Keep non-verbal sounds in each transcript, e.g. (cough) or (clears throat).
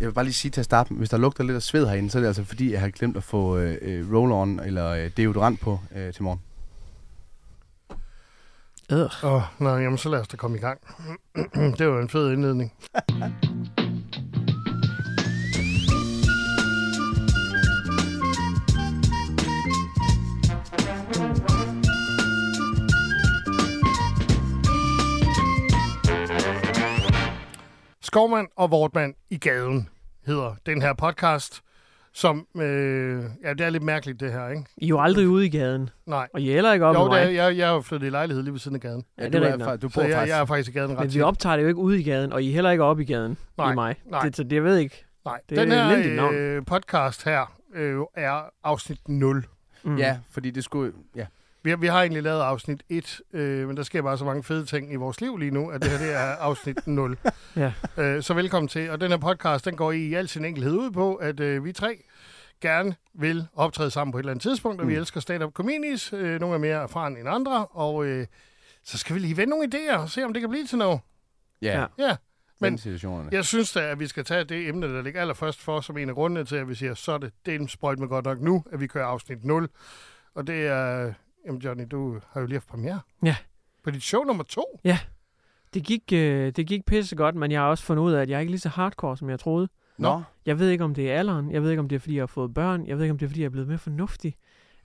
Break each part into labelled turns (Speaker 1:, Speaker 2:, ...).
Speaker 1: Jeg vil bare lige sige til at starte, med, hvis der lugter lidt af sved herinde, så er det altså fordi, jeg har glemt at få øh, øh, roll-on eller øh, deodorant på øh, til morgen.
Speaker 2: Åh, oh, nej, jamen så lad os da komme i gang. (clears throat) det var en fed indledning. Skovmand og Vortmand i gaden hedder den her podcast, som... Øh, ja, det er lidt mærkeligt, det her, ikke?
Speaker 3: I er jo aldrig ude i gaden,
Speaker 2: Nej.
Speaker 3: og I er heller ikke oppe
Speaker 2: Jo,
Speaker 3: i
Speaker 2: det
Speaker 3: mig.
Speaker 2: er, jeg, jeg er jo flyttet i lejlighed lige ved siden af gaden.
Speaker 3: Ja, det er
Speaker 1: du,
Speaker 3: rigtigt
Speaker 1: fa-
Speaker 3: nok.
Speaker 1: du bor
Speaker 2: Så jeg,
Speaker 1: faktisk...
Speaker 2: jeg er faktisk i gaden ret
Speaker 3: Men vi
Speaker 2: tit.
Speaker 3: optager det jo ikke ude i gaden, og I er heller ikke oppe i gaden
Speaker 2: Nej,
Speaker 3: i mig.
Speaker 2: nej.
Speaker 3: Det, så det jeg ved ikke.
Speaker 2: Nej,
Speaker 3: Det er
Speaker 2: den
Speaker 3: et elendigt
Speaker 2: her
Speaker 3: navn.
Speaker 2: øh, podcast her øh, er afsnit 0.
Speaker 3: Mm.
Speaker 1: Ja, fordi det skulle... Ja.
Speaker 2: Vi, vi har egentlig lavet afsnit 1, øh, men der sker bare så mange fede ting i vores liv lige nu, at det her det
Speaker 3: (laughs)
Speaker 2: er afsnit 0.
Speaker 3: Ja.
Speaker 2: Øh, så velkommen til. Og den her podcast, den går i, i al sin enkelhed ud på, at øh, vi tre gerne vil optræde sammen på et eller andet tidspunkt, og mm. vi elsker stand-up comedies. Øh, nogle er mere erfaren end andre, og øh, så skal vi lige vende nogle idéer og se, om det kan blive til noget.
Speaker 1: Ja,
Speaker 3: Ja.
Speaker 2: Ja,
Speaker 1: men
Speaker 2: men
Speaker 1: situationerne.
Speaker 2: Jeg synes da, at vi skal tage det emne, der ligger allerførst for, som en af grundene til, at vi siger, så er det delen sprøjt med godt nok nu, at vi kører afsnit 0. Og det er... Jamen Johnny, du har jo lige haft premiere.
Speaker 3: Ja.
Speaker 2: På dit show nummer to.
Speaker 3: Det gik, øh, det gik pisse godt, men jeg har også fundet ud af, at jeg er ikke lige så hardcore, som jeg troede.
Speaker 1: Nå,
Speaker 3: Jeg ved ikke, om det er alderen. Jeg ved ikke, om det er, fordi jeg har fået børn. Jeg ved ikke, om det er, fordi jeg er blevet mere fornuftig.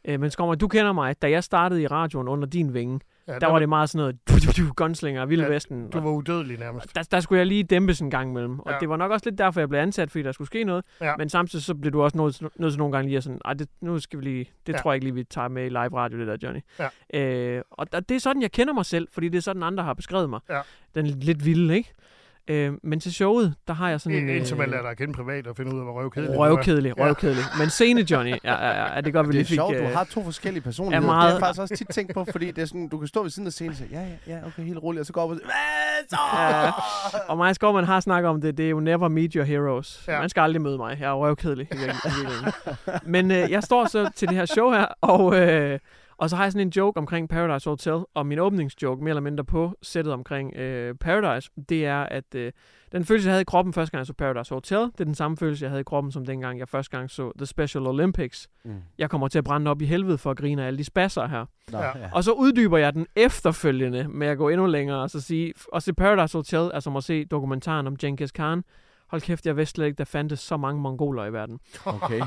Speaker 3: Øh, men Skommer, du kender mig. Da jeg startede i radioen under din vinge,
Speaker 2: Ja,
Speaker 3: der var det meget sådan noget du, du, du, gunslinger og Vilde
Speaker 2: Ja,
Speaker 3: Vesten.
Speaker 2: Du var udødelig nærmest.
Speaker 3: der, der skulle jeg lige dæmpes en gang imellem. Og
Speaker 2: Ja.
Speaker 3: ja. det var nok også lidt derfor, jeg blev ansat, fordi der skulle ske noget.
Speaker 2: Ja.
Speaker 3: Men samtidig så blev du også nødt nødt til nogle gange lige at sådan, Ej, det, nu skal vi lige, det
Speaker 2: Ja.
Speaker 3: ja. tror jeg ikke lige, vi tager med i live radio, det der, Johnny.
Speaker 2: Ja.
Speaker 3: Øh, og der, det er sådan, jeg kender mig selv, fordi det er sådan, andre har beskrevet mig.
Speaker 2: Ja.
Speaker 3: Den lidt vilde, ikke? Øh, men til showet, der har jeg sådan en...
Speaker 2: Øh, Indtil man
Speaker 3: øh,
Speaker 2: lader dig kende privat og finde ud af, hvor røvkedelig
Speaker 3: Røvkedelig,
Speaker 2: Ja.
Speaker 3: røvkedelig. Men scene, Johnny, ja, ja, ja, ja, det er godt, vi
Speaker 1: det er
Speaker 3: lige fik...
Speaker 1: sjovt, du
Speaker 3: øh,
Speaker 1: har to forskellige personligheder.
Speaker 3: er
Speaker 1: Det
Speaker 3: meget-
Speaker 1: har jeg faktisk også tit tænkt på, fordi det er sådan, du kan stå ved siden af scenen og sige, ja, ja, ja, okay, helt roligt, og så går op og siger, hvad så?
Speaker 3: Ja. Og mig og Skovman har snakket om det, det er jo never meet your heroes.
Speaker 2: Ja.
Speaker 3: Ja. Man skal aldrig møde mig, jeg er røvkedelig. i virkeligheden- i virkeligheden. Men øh, jeg står så til det her show her, og, øh, og så har jeg sådan en joke omkring Paradise Hotel, og min åbningsjoke mere eller mindre på sættet omkring øh, Paradise, det er, at øh, den følelse, jeg havde i kroppen første gang, jeg så Paradise Hotel, det er den samme følelse, jeg havde i kroppen, som dengang jeg første gang så The Special Olympics.
Speaker 1: Mm.
Speaker 3: Jeg kommer til at brænde op i helvede for at grine af alle de spasser her.
Speaker 1: Nå,
Speaker 2: Ja.
Speaker 1: ja.
Speaker 3: Og så uddyber jeg den efterfølgende med at gå endnu længere og så sige, og se Paradise Hotel er som at se dokumentaren om Genghis Khan. Hold kæft, jeg vidste slet ikke, der fandtes så mange mongoler i verden.
Speaker 1: Okay.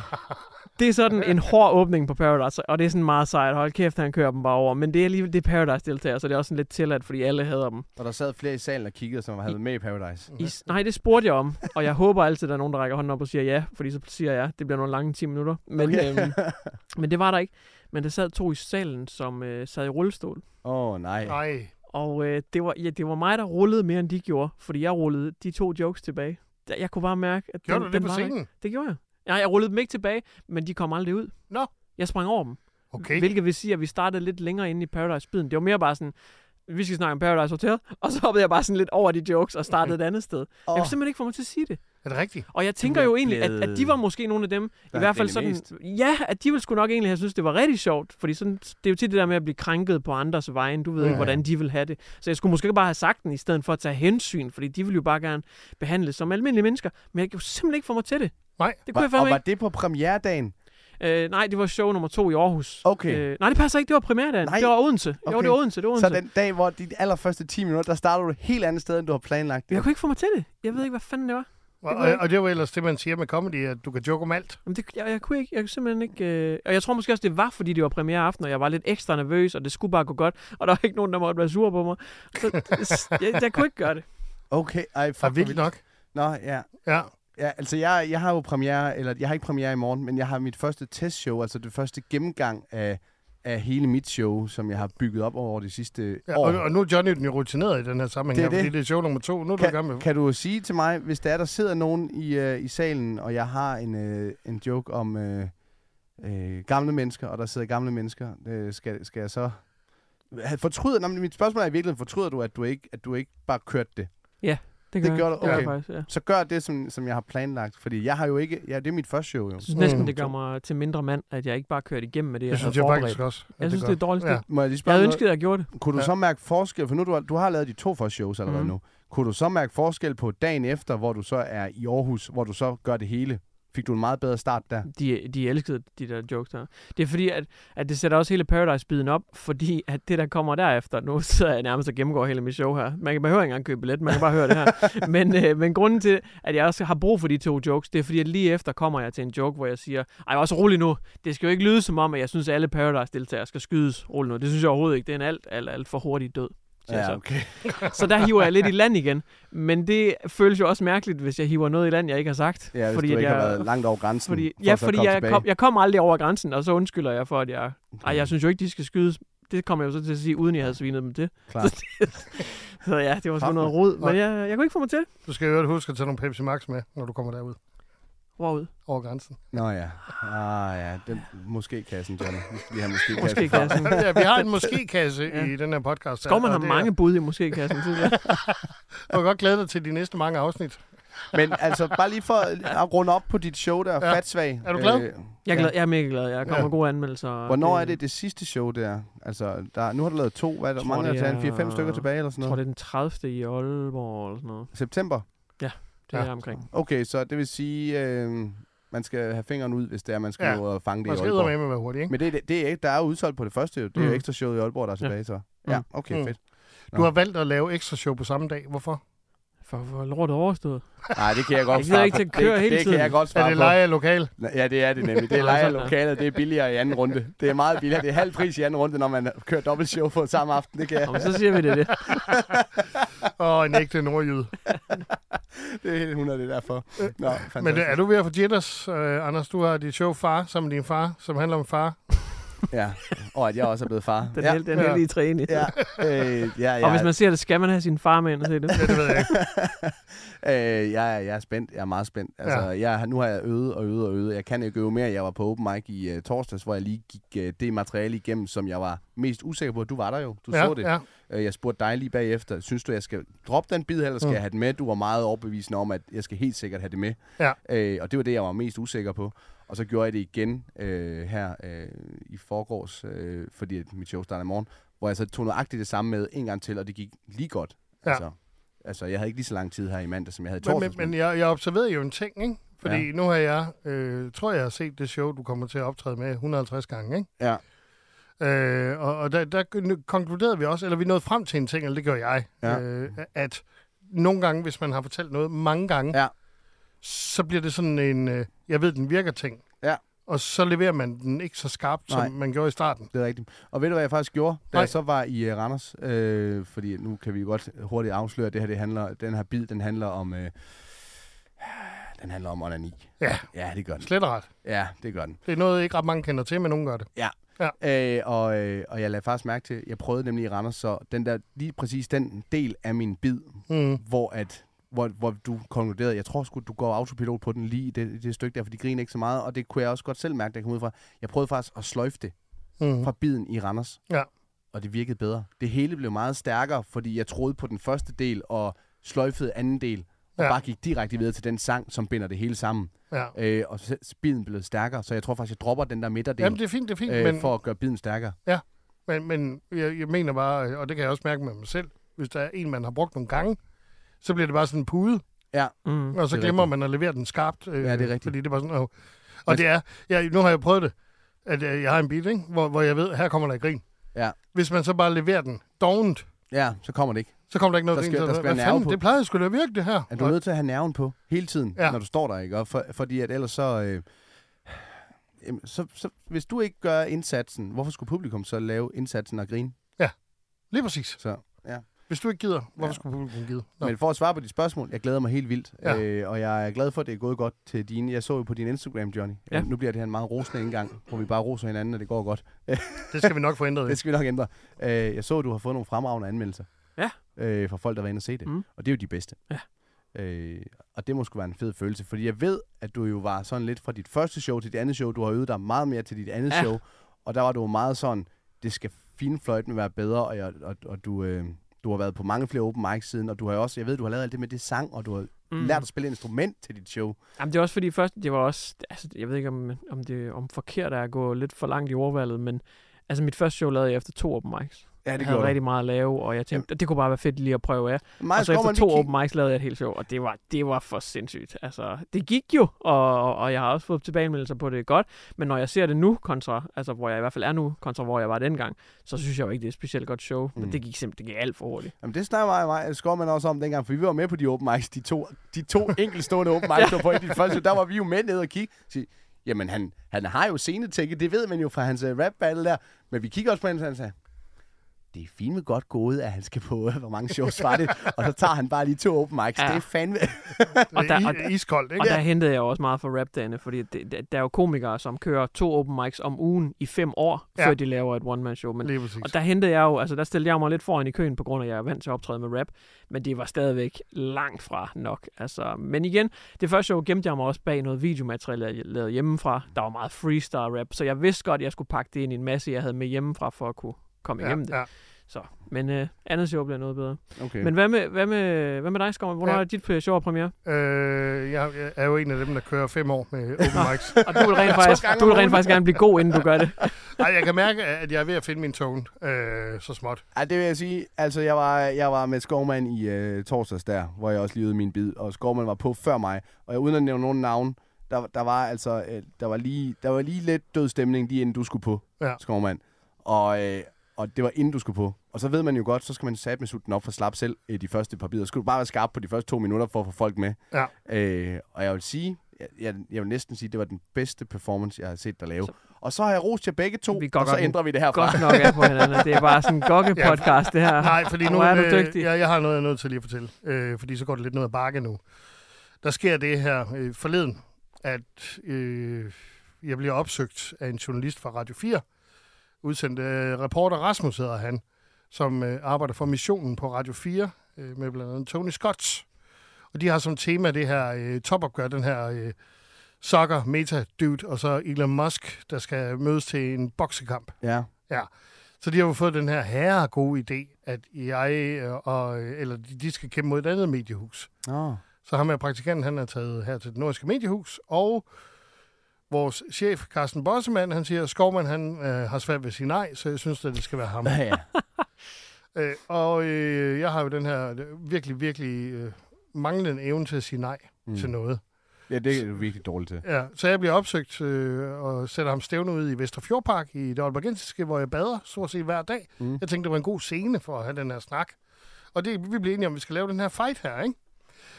Speaker 3: Det er sådan en hård åbning på Paradise, og det er sådan meget sejt. Hold kæft, han kører dem bare over. Men det er alligevel det Paradise-deltager, så det er også sådan lidt tilladt, fordi alle hader dem.
Speaker 1: Og der sad flere i salen og kiggede, som havde været med i Paradise.
Speaker 2: Mhm.
Speaker 3: I, nej, det spurgte jeg om, og jeg håber altid, at der er nogen, der rækker hånden op og siger ja, fordi så siger jeg, det bliver nogle lange 10 minutter. Men,
Speaker 2: (laughs)
Speaker 3: okay. øhm, men det var der ikke. Men der sad to i salen, som øh, sad i rullestol.
Speaker 1: Åh, oh, nej.
Speaker 2: Nej,
Speaker 3: Og øh, det, var, ja, det var mig, der rullede mere, end de gjorde, fordi jeg rullede de to jokes tilbage. Der- Jeg kunne bare mærke, at
Speaker 2: gjorde
Speaker 3: den,
Speaker 2: du det
Speaker 3: den
Speaker 2: på
Speaker 3: var der ikke.
Speaker 2: scenen?
Speaker 3: Det gjorde jeg. Nej, jeg rullede dem ikke tilbage, men de kom aldrig ud.
Speaker 2: Nå.
Speaker 3: Jeg sprang over dem.
Speaker 2: Okay.
Speaker 3: Hvilket vil sige, at vi startede lidt længere inde i Paradise-biden. Det var mere bare sådan, vi skal snakke om Paradise Hotel, (laughs) og så hoppede jeg bare sådan lidt over de jokes og startede et andet sted. Oh. Jeg kunne simpelthen ikke få mig til at sige det.
Speaker 2: Er det rigtigt?
Speaker 3: Og jeg tænker
Speaker 4: bliver
Speaker 3: jo egentlig, at, at de
Speaker 4: blevet-
Speaker 3: var måske nogle af dem, i
Speaker 4: er
Speaker 3: hvert fald sådan,
Speaker 4: grinet
Speaker 3: ja, at de ville sgu nok egentlig have synes det var rigtig sjovt, fordi sådan, det er jo tit det der med at blive krænket på andres vegne, du ved ikke,
Speaker 2: Ja.
Speaker 3: hvordan de vil have det. Så jeg skulle måske bare have sagt den, i stedet for at tage hensyn, fordi de ville jo bare gerne behandles som almindelige mennesker, men jeg kunne simpelthen ikke få mig til det.
Speaker 2: Nej.
Speaker 3: Det kunne
Speaker 1: Var,
Speaker 3: jeg
Speaker 1: og
Speaker 3: fandme
Speaker 1: var
Speaker 3: ikke.
Speaker 1: det på premieredagen?
Speaker 3: Øh, nej, det var show nummer to i Aarhus.
Speaker 1: Okay.
Speaker 3: Øh, nej, det passer ikke, det var primærdagen.
Speaker 1: Nej.
Speaker 3: Det var Odense. Okay. Jo,
Speaker 1: Okay.
Speaker 3: det var Odense, det var Odense.
Speaker 1: Så den dag, hvor de allerførste 10 minutter, der starter du et helt andet sted, end du har planlagt.
Speaker 3: Men Jeg
Speaker 1: Det,
Speaker 3: kunne ikke få mig til det. Jeg ved ikke, hvad fanden det var.
Speaker 2: Og,
Speaker 3: kunne jeg
Speaker 2: og, og det er jo ellers det, man siger med comedy, at du kan joke om alt.
Speaker 3: Jamen det, jeg, jeg, kunne ikke, jeg kunne simpelthen ikke... Øh, og jeg tror måske også, det var, fordi det var premiereaften, og jeg var lidt ekstra nervøs, og det skulle bare gå godt, og der var ikke nogen, der måtte være sur på mig. Så (laughs) det- jeg, jeg kunne ikke gøre det.
Speaker 1: okay, ej, fuck,
Speaker 2: Og
Speaker 1: hvor
Speaker 2: vildt nok.
Speaker 1: vildt. Nå, ja.
Speaker 2: Ja.
Speaker 1: Ja, altså jeg, jeg har jo premiere, eller jeg har ikke premiere i morgen, men jeg har mit første testshow, altså det første gennemgang af, af hele mit show, som jeg har bygget op over de sidste
Speaker 2: ja
Speaker 1: år.
Speaker 2: og, og, nu er Johnny den jo rutineret i den her sammenhæng,
Speaker 1: Det
Speaker 2: det
Speaker 1: er
Speaker 2: her, fordi
Speaker 1: det.
Speaker 2: det er show nummer to. Nu er du i gang med...
Speaker 1: kan, kan du sige til mig, hvis der er, der sidder nogen i, øh, i salen, og jeg har en, øh, en joke om øh, øh, gamle mennesker, og der sidder gamle mennesker, øh, skal, skal jeg så... Fortryder, nej, men mit spørgsmål er i virkeligheden, fortryder du, at du ikke, at du ikke bare kørte det?
Speaker 3: Det
Speaker 1: Det
Speaker 3: jeg.
Speaker 1: gør du,
Speaker 3: jeg
Speaker 1: okay.
Speaker 3: faktisk, ja.
Speaker 1: Så gør det, som, som jeg har planlagt, fordi jeg har jo ikke... Ja, det er mit første show, jo.
Speaker 3: Jeg synes næsten, det gør mig til mindre mand, at jeg ikke bare kørte igennem med det, jeg
Speaker 2: Det
Speaker 3: havde
Speaker 2: synes jeg
Speaker 3: forberedt.
Speaker 2: faktisk også. at
Speaker 3: jeg synes, det er
Speaker 2: gør.
Speaker 3: dårligt. Ja.
Speaker 1: Må jeg lige spørge
Speaker 3: Jeg havde
Speaker 1: noget?
Speaker 3: ønsket, at jeg gjorde det.
Speaker 1: Kunne du
Speaker 2: Ja.
Speaker 1: så mærke forskel, for nu du har, du har lavet de to første shows allerede
Speaker 3: Mhm.
Speaker 1: nu. Kunne du så mærke forskel på dagen efter, hvor du så er i Aarhus, hvor du så gør det hele? Fik du en meget bedre start der?
Speaker 3: De, de elskede de der jokes der. Det er fordi, at, at det sætter også hele Paradise-biden op, fordi at det, der kommer derefter, nu sidder jeg nærmest og gennemgår hele mit show her. Man kan behøver ikke engang købe billet, man kan bare høre det her.
Speaker 1: (laughs)
Speaker 3: men, øh, men grunden til, at jeg også har brug for de to jokes, det er fordi, at lige efter kommer jeg til en joke, hvor jeg siger, ej, også rolig nu. Det skal jo ikke lyde som om, at jeg synes, at alle Paradise-deltagere skal skydes. Rolig nu. Det synes jeg overhovedet ikke. Det er en alt, alt, alt for hurtig død. siger jeg så.
Speaker 1: okay.
Speaker 3: Så der hiver jeg lidt i land igen. Men det føles jo også mærkeligt, hvis jeg hiver noget i land, jeg ikke har sagt.
Speaker 1: Ja, hvis fordi
Speaker 3: fordi
Speaker 1: du
Speaker 3: at
Speaker 1: ikke jeg...
Speaker 3: jeg,
Speaker 1: har været langt over grænsen.
Speaker 3: fordi,
Speaker 1: for
Speaker 3: ja,
Speaker 1: så at
Speaker 3: fordi
Speaker 1: komme
Speaker 3: jeg,
Speaker 1: tilbage.
Speaker 3: kom, jeg kom aldrig over grænsen, og så undskylder jeg for, at jeg... Ej, jeg synes jo ikke, de skal skydes. Det kommer jeg jo så til at sige, uden jeg havde svinet dem til. (laughs)
Speaker 1: Klart.
Speaker 3: Så ja, det var sgu
Speaker 1: Fuck,
Speaker 3: noget rod,
Speaker 2: Nej.
Speaker 3: men jeg, jeg kunne ikke få mig til det.
Speaker 2: Du skal jo øvrigt huske at tage nogle Pepsi Max med, når du kommer derud
Speaker 3: Wow.
Speaker 2: over grænsen.
Speaker 1: Nå ja. Ah ja, den måske-kassen, Johnny. Vi skal lige have måske-kassen.
Speaker 3: (laughs) Måske kassen.
Speaker 2: (laughs) ja, vi har en måske-kasse
Speaker 3: Ja.
Speaker 2: ja. i den her podcast. her,
Speaker 3: Skovman
Speaker 2: og
Speaker 3: har
Speaker 2: det er-
Speaker 3: mange bud i måske kassen.
Speaker 2: (laughs) Du kan godt glæde dig til de næste mange afsnit.
Speaker 1: Men altså, bare lige for at runde op på dit show der, ja.
Speaker 2: Ja.
Speaker 1: Fatsvag.
Speaker 2: Er du glad?
Speaker 1: Øh,
Speaker 3: Jeg er, glad, jeg er mega glad. Jeg kommer ja. gode anmeldelser. og
Speaker 1: Hvornår er det det sidste show der? Altså, der, nu har du lavet to. Hvad er der?
Speaker 3: Jeg tror,
Speaker 1: Mangler
Speaker 3: det
Speaker 1: der
Speaker 3: er-
Speaker 1: 4-5 stykker tilbage eller sådan
Speaker 3: Jeg tror,
Speaker 1: noget?
Speaker 3: det er den 30. i Aalborg eller sådan noget.
Speaker 1: September?
Speaker 3: Det er
Speaker 2: Ja.
Speaker 3: ja. omkring.
Speaker 1: Okay, så det vil sige, øh, man skal have fingeren ud, hvis det er, man skal ja.
Speaker 2: Ja.
Speaker 1: nå at fange det
Speaker 2: Man
Speaker 1: i
Speaker 2: skal
Speaker 1: Aalborg.
Speaker 2: med med at være hurtig, ikke?
Speaker 1: Men det, det, det er ikke, der er jo udsolgt på det første, jo. det er jo
Speaker 3: Mm.
Speaker 1: ekstra showet i Aalborg, der er tilbage så. Ja, okay,
Speaker 2: Mm.
Speaker 1: fedt.
Speaker 2: Du har valgt at lave ekstra show på samme dag. Hvorfor?
Speaker 3: For, for lort overstået.
Speaker 1: Nej, det kan jeg godt
Speaker 3: Jeg gider
Speaker 1: svare
Speaker 3: ikke til
Speaker 1: på.
Speaker 3: at køre
Speaker 1: det,
Speaker 3: hele
Speaker 1: det
Speaker 3: tiden.
Speaker 1: kan jeg godt svare
Speaker 2: Er det
Speaker 1: på.
Speaker 2: leje af lokal?
Speaker 1: Nej, Ja, det er det nemlig. Det er
Speaker 3: Nå,
Speaker 1: leje af
Speaker 3: sådan, ja.
Speaker 1: lokalet, det er billigere i anden runde. Det er meget billigere. Det er halv pris i anden runde, når man kører dobbelt show på samme aften. Det, kan jeg.
Speaker 3: Nå, men så siger
Speaker 2: (laughs)
Speaker 3: vi det, er det.
Speaker 2: Og en ægte nordjyde.
Speaker 1: det er helt 100, det er derfor. Nå, fantastisk.
Speaker 2: Men øh, er du ved at få jitters, øh, Anders? Du har dit show Far, som er din far, som handler om far.
Speaker 1: Ja, og at jeg også er blevet far.
Speaker 3: Den,
Speaker 1: ja.
Speaker 3: ja. den
Speaker 2: Ja.
Speaker 3: heldige træning.
Speaker 1: Ja, øh, ja, ja.
Speaker 3: Og hvis man ser det, skal man have sin far med ind og se det.
Speaker 2: Ja, det ved jeg ikke.
Speaker 1: (laughs) øh, jeg, er- jeg er spændt. Jeg er meget spændt. Altså, ja. jeg, har- nu har jeg øvet og øvet og øvet. Jeg kan ikke øve mere. Jeg var på open mic i uh, torsdags, hvor jeg lige gik uh, det materiale igennem, som jeg var mest usikker på. Du var der jo. Du
Speaker 2: ja,
Speaker 1: så det.
Speaker 2: Ja.
Speaker 1: Øh, Jeg spurgte dig lige bagefter, synes du, jeg skal droppe den bid, eller skal mm. jeg have den med? Du var meget overbevisende om, at jeg skal helt sikkert have det med.
Speaker 2: Ja.
Speaker 1: Øh, og det var det, jeg var mest usikker på. Og så gjorde jeg det igen øh, her øh, i forgårs, øh, fordi at mit show starter i morgen, hvor jeg så tog nøjagtigt det samme med en gang til, og det gik lige godt.
Speaker 2: Ja.
Speaker 1: Altså, altså, jeg havde ikke lige så lang tid her i mandag, som jeg havde i
Speaker 2: Men,
Speaker 1: torsdags.
Speaker 2: men, men jeg, jeg observerede jo en ting, ikke? Fordi
Speaker 1: Ja.
Speaker 2: ja. nu har jeg, øh, tror jeg har set det show, du kommer til at optræde med 150 gange, ikke?
Speaker 1: Ja.
Speaker 2: Øh, og og der, der kon- konkluderede vi også, eller vi nåede frem til en ting, eller det gør jeg,
Speaker 1: Ja.
Speaker 2: ja. øh, at nogle gange, hvis man har fortalt noget mange gange,
Speaker 1: Ja.
Speaker 2: så bliver det sådan en, øh, jeg ved, den virker ting.
Speaker 1: Ja.
Speaker 2: Og så leverer man den ikke så skarpt,
Speaker 1: Nej.
Speaker 2: som man gjorde i starten.
Speaker 1: Det er rigtigt. Og ved du, hvad jeg faktisk gjorde, da
Speaker 2: Nej.
Speaker 1: jeg så var i øh, Randers? Øh, fordi nu kan vi godt hurtigt afsløre, at det her, det handler, den her bid, den handler om... Øh, den handler om onani.
Speaker 2: Ja.
Speaker 1: Ja, det gør den.
Speaker 2: Slet og ret.
Speaker 1: Ja, det gør den.
Speaker 2: Det er noget, ikke ret mange kender til, men nogen gør det.
Speaker 1: Øh, og, øh, og jeg lagde faktisk mærke til, jeg prøvede nemlig i Randers, så den der, lige præcis den del af min bid,
Speaker 2: Mm.
Speaker 1: hvor at hvor, hvor du konkluderede, jeg tror sgu, du går autopilot på den lige i det, i det stykke der, for de griner ikke så meget, og det kunne jeg også godt selv mærke, der kom ud fra. Jeg prøvede faktisk at sløjfe det.
Speaker 3: Mm.
Speaker 1: fra biden i Randers.
Speaker 3: Ja.
Speaker 1: Og det virkede bedre. Det hele blev meget stærkere, fordi jeg troede på den første del og sløjfede anden del. Og
Speaker 3: Ja.
Speaker 1: ja. bare gik direkte videre til den sang, som binder det hele sammen.
Speaker 3: Ja.
Speaker 1: Øh, og så så biden blev stærkere, så jeg tror faktisk, jeg dropper den der midterdel
Speaker 3: Jamen, det er fint, det er fint, øh,
Speaker 1: øh,
Speaker 3: men,
Speaker 1: for at gøre biden stærkere.
Speaker 3: men, men jeg, jeg mener bare, øh, og det kan jeg også mærke med mig selv, hvis der er en, man har brugt nogle gange, så bliver det bare sådan en
Speaker 5: Mm.
Speaker 3: pude, og så
Speaker 1: Det er
Speaker 3: glemmer
Speaker 1: rigtigt.
Speaker 3: man at levere den skarpt. Øh,
Speaker 1: Ja, det er rigtigt.
Speaker 3: Fordi det er bare sådan, og, og det er, jeg, nu har jeg prøvet det, at øh, jeg har en beat, ikke? Hvor, hvor jeg ved, her kommer der et grin.
Speaker 1: Ja.
Speaker 3: Hvis man så bare leverer den dovent,
Speaker 1: Ja, så kommer det ikke.
Speaker 3: så kommer der ikke noget
Speaker 1: Der skal-
Speaker 3: grin. Så
Speaker 1: der
Speaker 3: er
Speaker 1: skal
Speaker 3: det,
Speaker 1: være
Speaker 3: hvad
Speaker 1: nerve
Speaker 3: fanden,
Speaker 1: på.
Speaker 3: Det plejede sgu da at virke, det her.
Speaker 1: Er du
Speaker 3: Og-
Speaker 1: nødt til at have nerven på hele tiden,
Speaker 3: Ja.
Speaker 1: ja. når du står der, ikke? Og for, fordi at ellers så, øh, jamen, så, så... Hvis du ikke gør indsatsen, hvorfor skulle publikum så lave indsatsen og grine?
Speaker 3: Lige præcis.
Speaker 1: Så, ja.
Speaker 3: Hvis du ikke gider, hvorfor
Speaker 1: Ja.
Speaker 3: skulle publikum gide? Nå.
Speaker 1: Men for at svare på dit spørgsmål, jeg glæder mig helt vildt.
Speaker 3: Ja.
Speaker 1: Ja. Øh, og jeg er glad for, at det er gået godt til dine. Jeg så jo på din Instagram, Johnny.
Speaker 5: Ja.
Speaker 1: Ja. Nu bliver det her en meget rosende indgang, hvor vi bare roser hinanden, og det går godt.
Speaker 3: Det skal vi nok
Speaker 1: (laughs)
Speaker 3: få ændret.
Speaker 1: Det skal vi nok ændre. Øh, jeg så, at du har fået nogle fremragende anmeldelser.
Speaker 5: Ja.
Speaker 1: Øh, fra folk, der var inde og se det.
Speaker 5: Mm.
Speaker 1: Mm. Og det er jo de bedste.
Speaker 5: Ja.
Speaker 1: Øh, og det må sgu være en fed følelse, fordi jeg ved, at du jo var sådan lidt fra dit første show til dit andet show. Du har øvet dig meget mere til dit andet
Speaker 5: Ja.
Speaker 1: ja. show. Og der var du jo meget sådan, det skal finfløjt med være bedre, og, jeg, og, og du, øh, du har været på mange flere open mics siden, og du har jo også, jeg ved, du har lavet alt det med det sang, og du har mm. lært at spille instrument til dit show.
Speaker 5: Jamen, det er også fordi først, det var også, altså, jeg ved ikke, om, om det om forkert er at gå lidt for langt i ordvalget, men altså mit første show lavede jeg efter to open mics.
Speaker 1: Ja,
Speaker 5: jeg havde rigtig meget at lave, og jeg tænkte, det kunne bare være fedt lige at prøve af.
Speaker 1: Meget
Speaker 5: og så efter to open mics lavede jeg et helt show, og det var, det var for sindssygt. Altså, det gik jo, og, og jeg har også fået tilbagemeldelser på at det er godt, men når jeg ser det nu kontra, altså hvor jeg i hvert fald er nu, kontra hvor jeg var dengang, så synes jeg jo ikke, det er et specielt godt show. Mm. Men
Speaker 1: Mm.
Speaker 5: det gik simpelthen det gik alt for hurtigt.
Speaker 1: Jamen, det snakker mig og mig, Skovman også om dengang, for vi var med på de open mics, de to, de (laughs) to enkeltstående open mics, ja. på i dit første, show. der var vi jo med nede og kigge. Sige, jamen, han, han har jo scenetækket, det ved man jo fra hans uh, rap battle der, men vi kigger også på ham, og han sagde, det er fint godt gået, at han skal på, øh, hvor mange shows var (laughs) det, og så tager han bare lige to open mics.
Speaker 5: Ja.
Speaker 1: Ja. Det er fandme...
Speaker 5: Og
Speaker 3: Det
Speaker 5: der-
Speaker 3: er
Speaker 5: og-
Speaker 3: i- iskoldt, ikke?
Speaker 5: Og der hentede jeg jo også meget fra rapdagene, fordi det, der, der er jo komikere, som kører to open mics om ugen i fem år,
Speaker 3: Ja.
Speaker 5: ja. før de laver et one-man-show. Men,
Speaker 3: Lige præcis.
Speaker 5: og der hentede jeg jo, altså der stillede jeg mig lidt foran i køen, på grund af, at jeg er vant til at optræde med rap, men det var stadigvæk langt fra nok. Altså, men igen, det første show gemte jeg mig også bag noget videomateriale, jeg lavede hjemmefra. Der var meget freestyle rap, så jeg vidste godt, at jeg skulle pakke det ind i en masse, jeg havde med hjemmefra, for at kunne komme igennem det.
Speaker 3: ja.
Speaker 5: Så, men øh, andet show bliver noget bedre.
Speaker 1: Okay.
Speaker 5: Men hvad med, hvad med, hvad med dig, Skovman? Hvornår
Speaker 3: Ja.
Speaker 5: er dit øh, show og premiere?
Speaker 3: Øh, jeg, jeg er jo en af dem, der kører fem år med open mics.
Speaker 5: Og du vil
Speaker 3: (laughs)
Speaker 5: rent faktisk,
Speaker 1: gange
Speaker 5: du
Speaker 1: om
Speaker 5: vil rent
Speaker 1: ugen.
Speaker 5: faktisk gerne blive god, inden du gør det.
Speaker 3: Ej, jeg kan mærke, at jeg er ved at finde min tone øh, så småt.
Speaker 1: Ej, det vil jeg sige. Altså, jeg var, jeg var med Skovmand i øh, torsdags der, hvor jeg også livede min bid, og Skovmand var på før mig. Og jeg, uden at nævne nogen navn, der, der var altså, øh, der var lige, der var lige lidt død stemning, lige inden du skulle på,
Speaker 3: Ja.
Speaker 1: Skovmand. Og, øh, og det var inden du skulle på. Og så ved man jo godt, så skal man satme sutte den op for slap selv øh, de første par bidder. Så skal du bare være skarp på de første to minutter for at få folk med.
Speaker 3: Ja.
Speaker 1: Øh, og jeg vil sige, jeg, jeg, jeg vil næsten sige, at det var den bedste performance, jeg har set dig lave. Så. Og så har jeg rost jer begge to,
Speaker 5: Vi går
Speaker 1: og så
Speaker 5: godt-
Speaker 1: ændrer vi det herfra.
Speaker 5: Godt nok er på hinanden. Det er bare sådan en
Speaker 3: (laughs)
Speaker 5: gokke-podcast, det her.
Speaker 3: Nej, fordi nu
Speaker 5: Hvor er du
Speaker 3: øh,
Speaker 5: dygtig.
Speaker 3: Jeg, jeg har noget, jeg er nødt til lige at fortælle. Øh, fordi så går det lidt ned ad bakke nu. Der sker det her øh, forleden, at øh, jeg bliver opsøgt af en journalist fra Radio 4. Udsendt øh, reporter Rasmus hedder han, som øh, arbejder for missionen på Radio 4 øh, med blandt andet Tony Scott. Og de har som tema det her øh, topopgør, den her øh, soccer meta dude og så Elon Musk, der skal mødes til en boksekamp.
Speaker 1: Ja.
Speaker 3: Ja. Så de har jo fået den her herre gode idé, at jeg øh, og, eller de de skal kæmpe mod et andet mediehus.
Speaker 1: Nå.
Speaker 3: Så ham her praktikanten, han er taget her til det nordiske mediehus, og vores chef, Carsten Bossemann, han siger, at Skovman, han øh, har svært ved at sige nej, så jeg synes, at det skal være ham.
Speaker 1: Ja,
Speaker 3: (laughs) Øh, og øh, jeg har jo den her øh, virkelig, virkelig øh, manglende evne til at sige nej mm. til noget.
Speaker 1: (laughs) Ja, det er du virkelig dårligt øh. til.
Speaker 3: Ja, så jeg bliver opsøgt øh, og sætter ham stævne ud i Vesterfjordpark i det Aalborgensiske, hvor jeg bader stort set hver dag. Mm. Jeg tænkte, det var en god scene for at have den her snak. Og det, vi blev enige om, at vi skal lave den her fight her, ikke?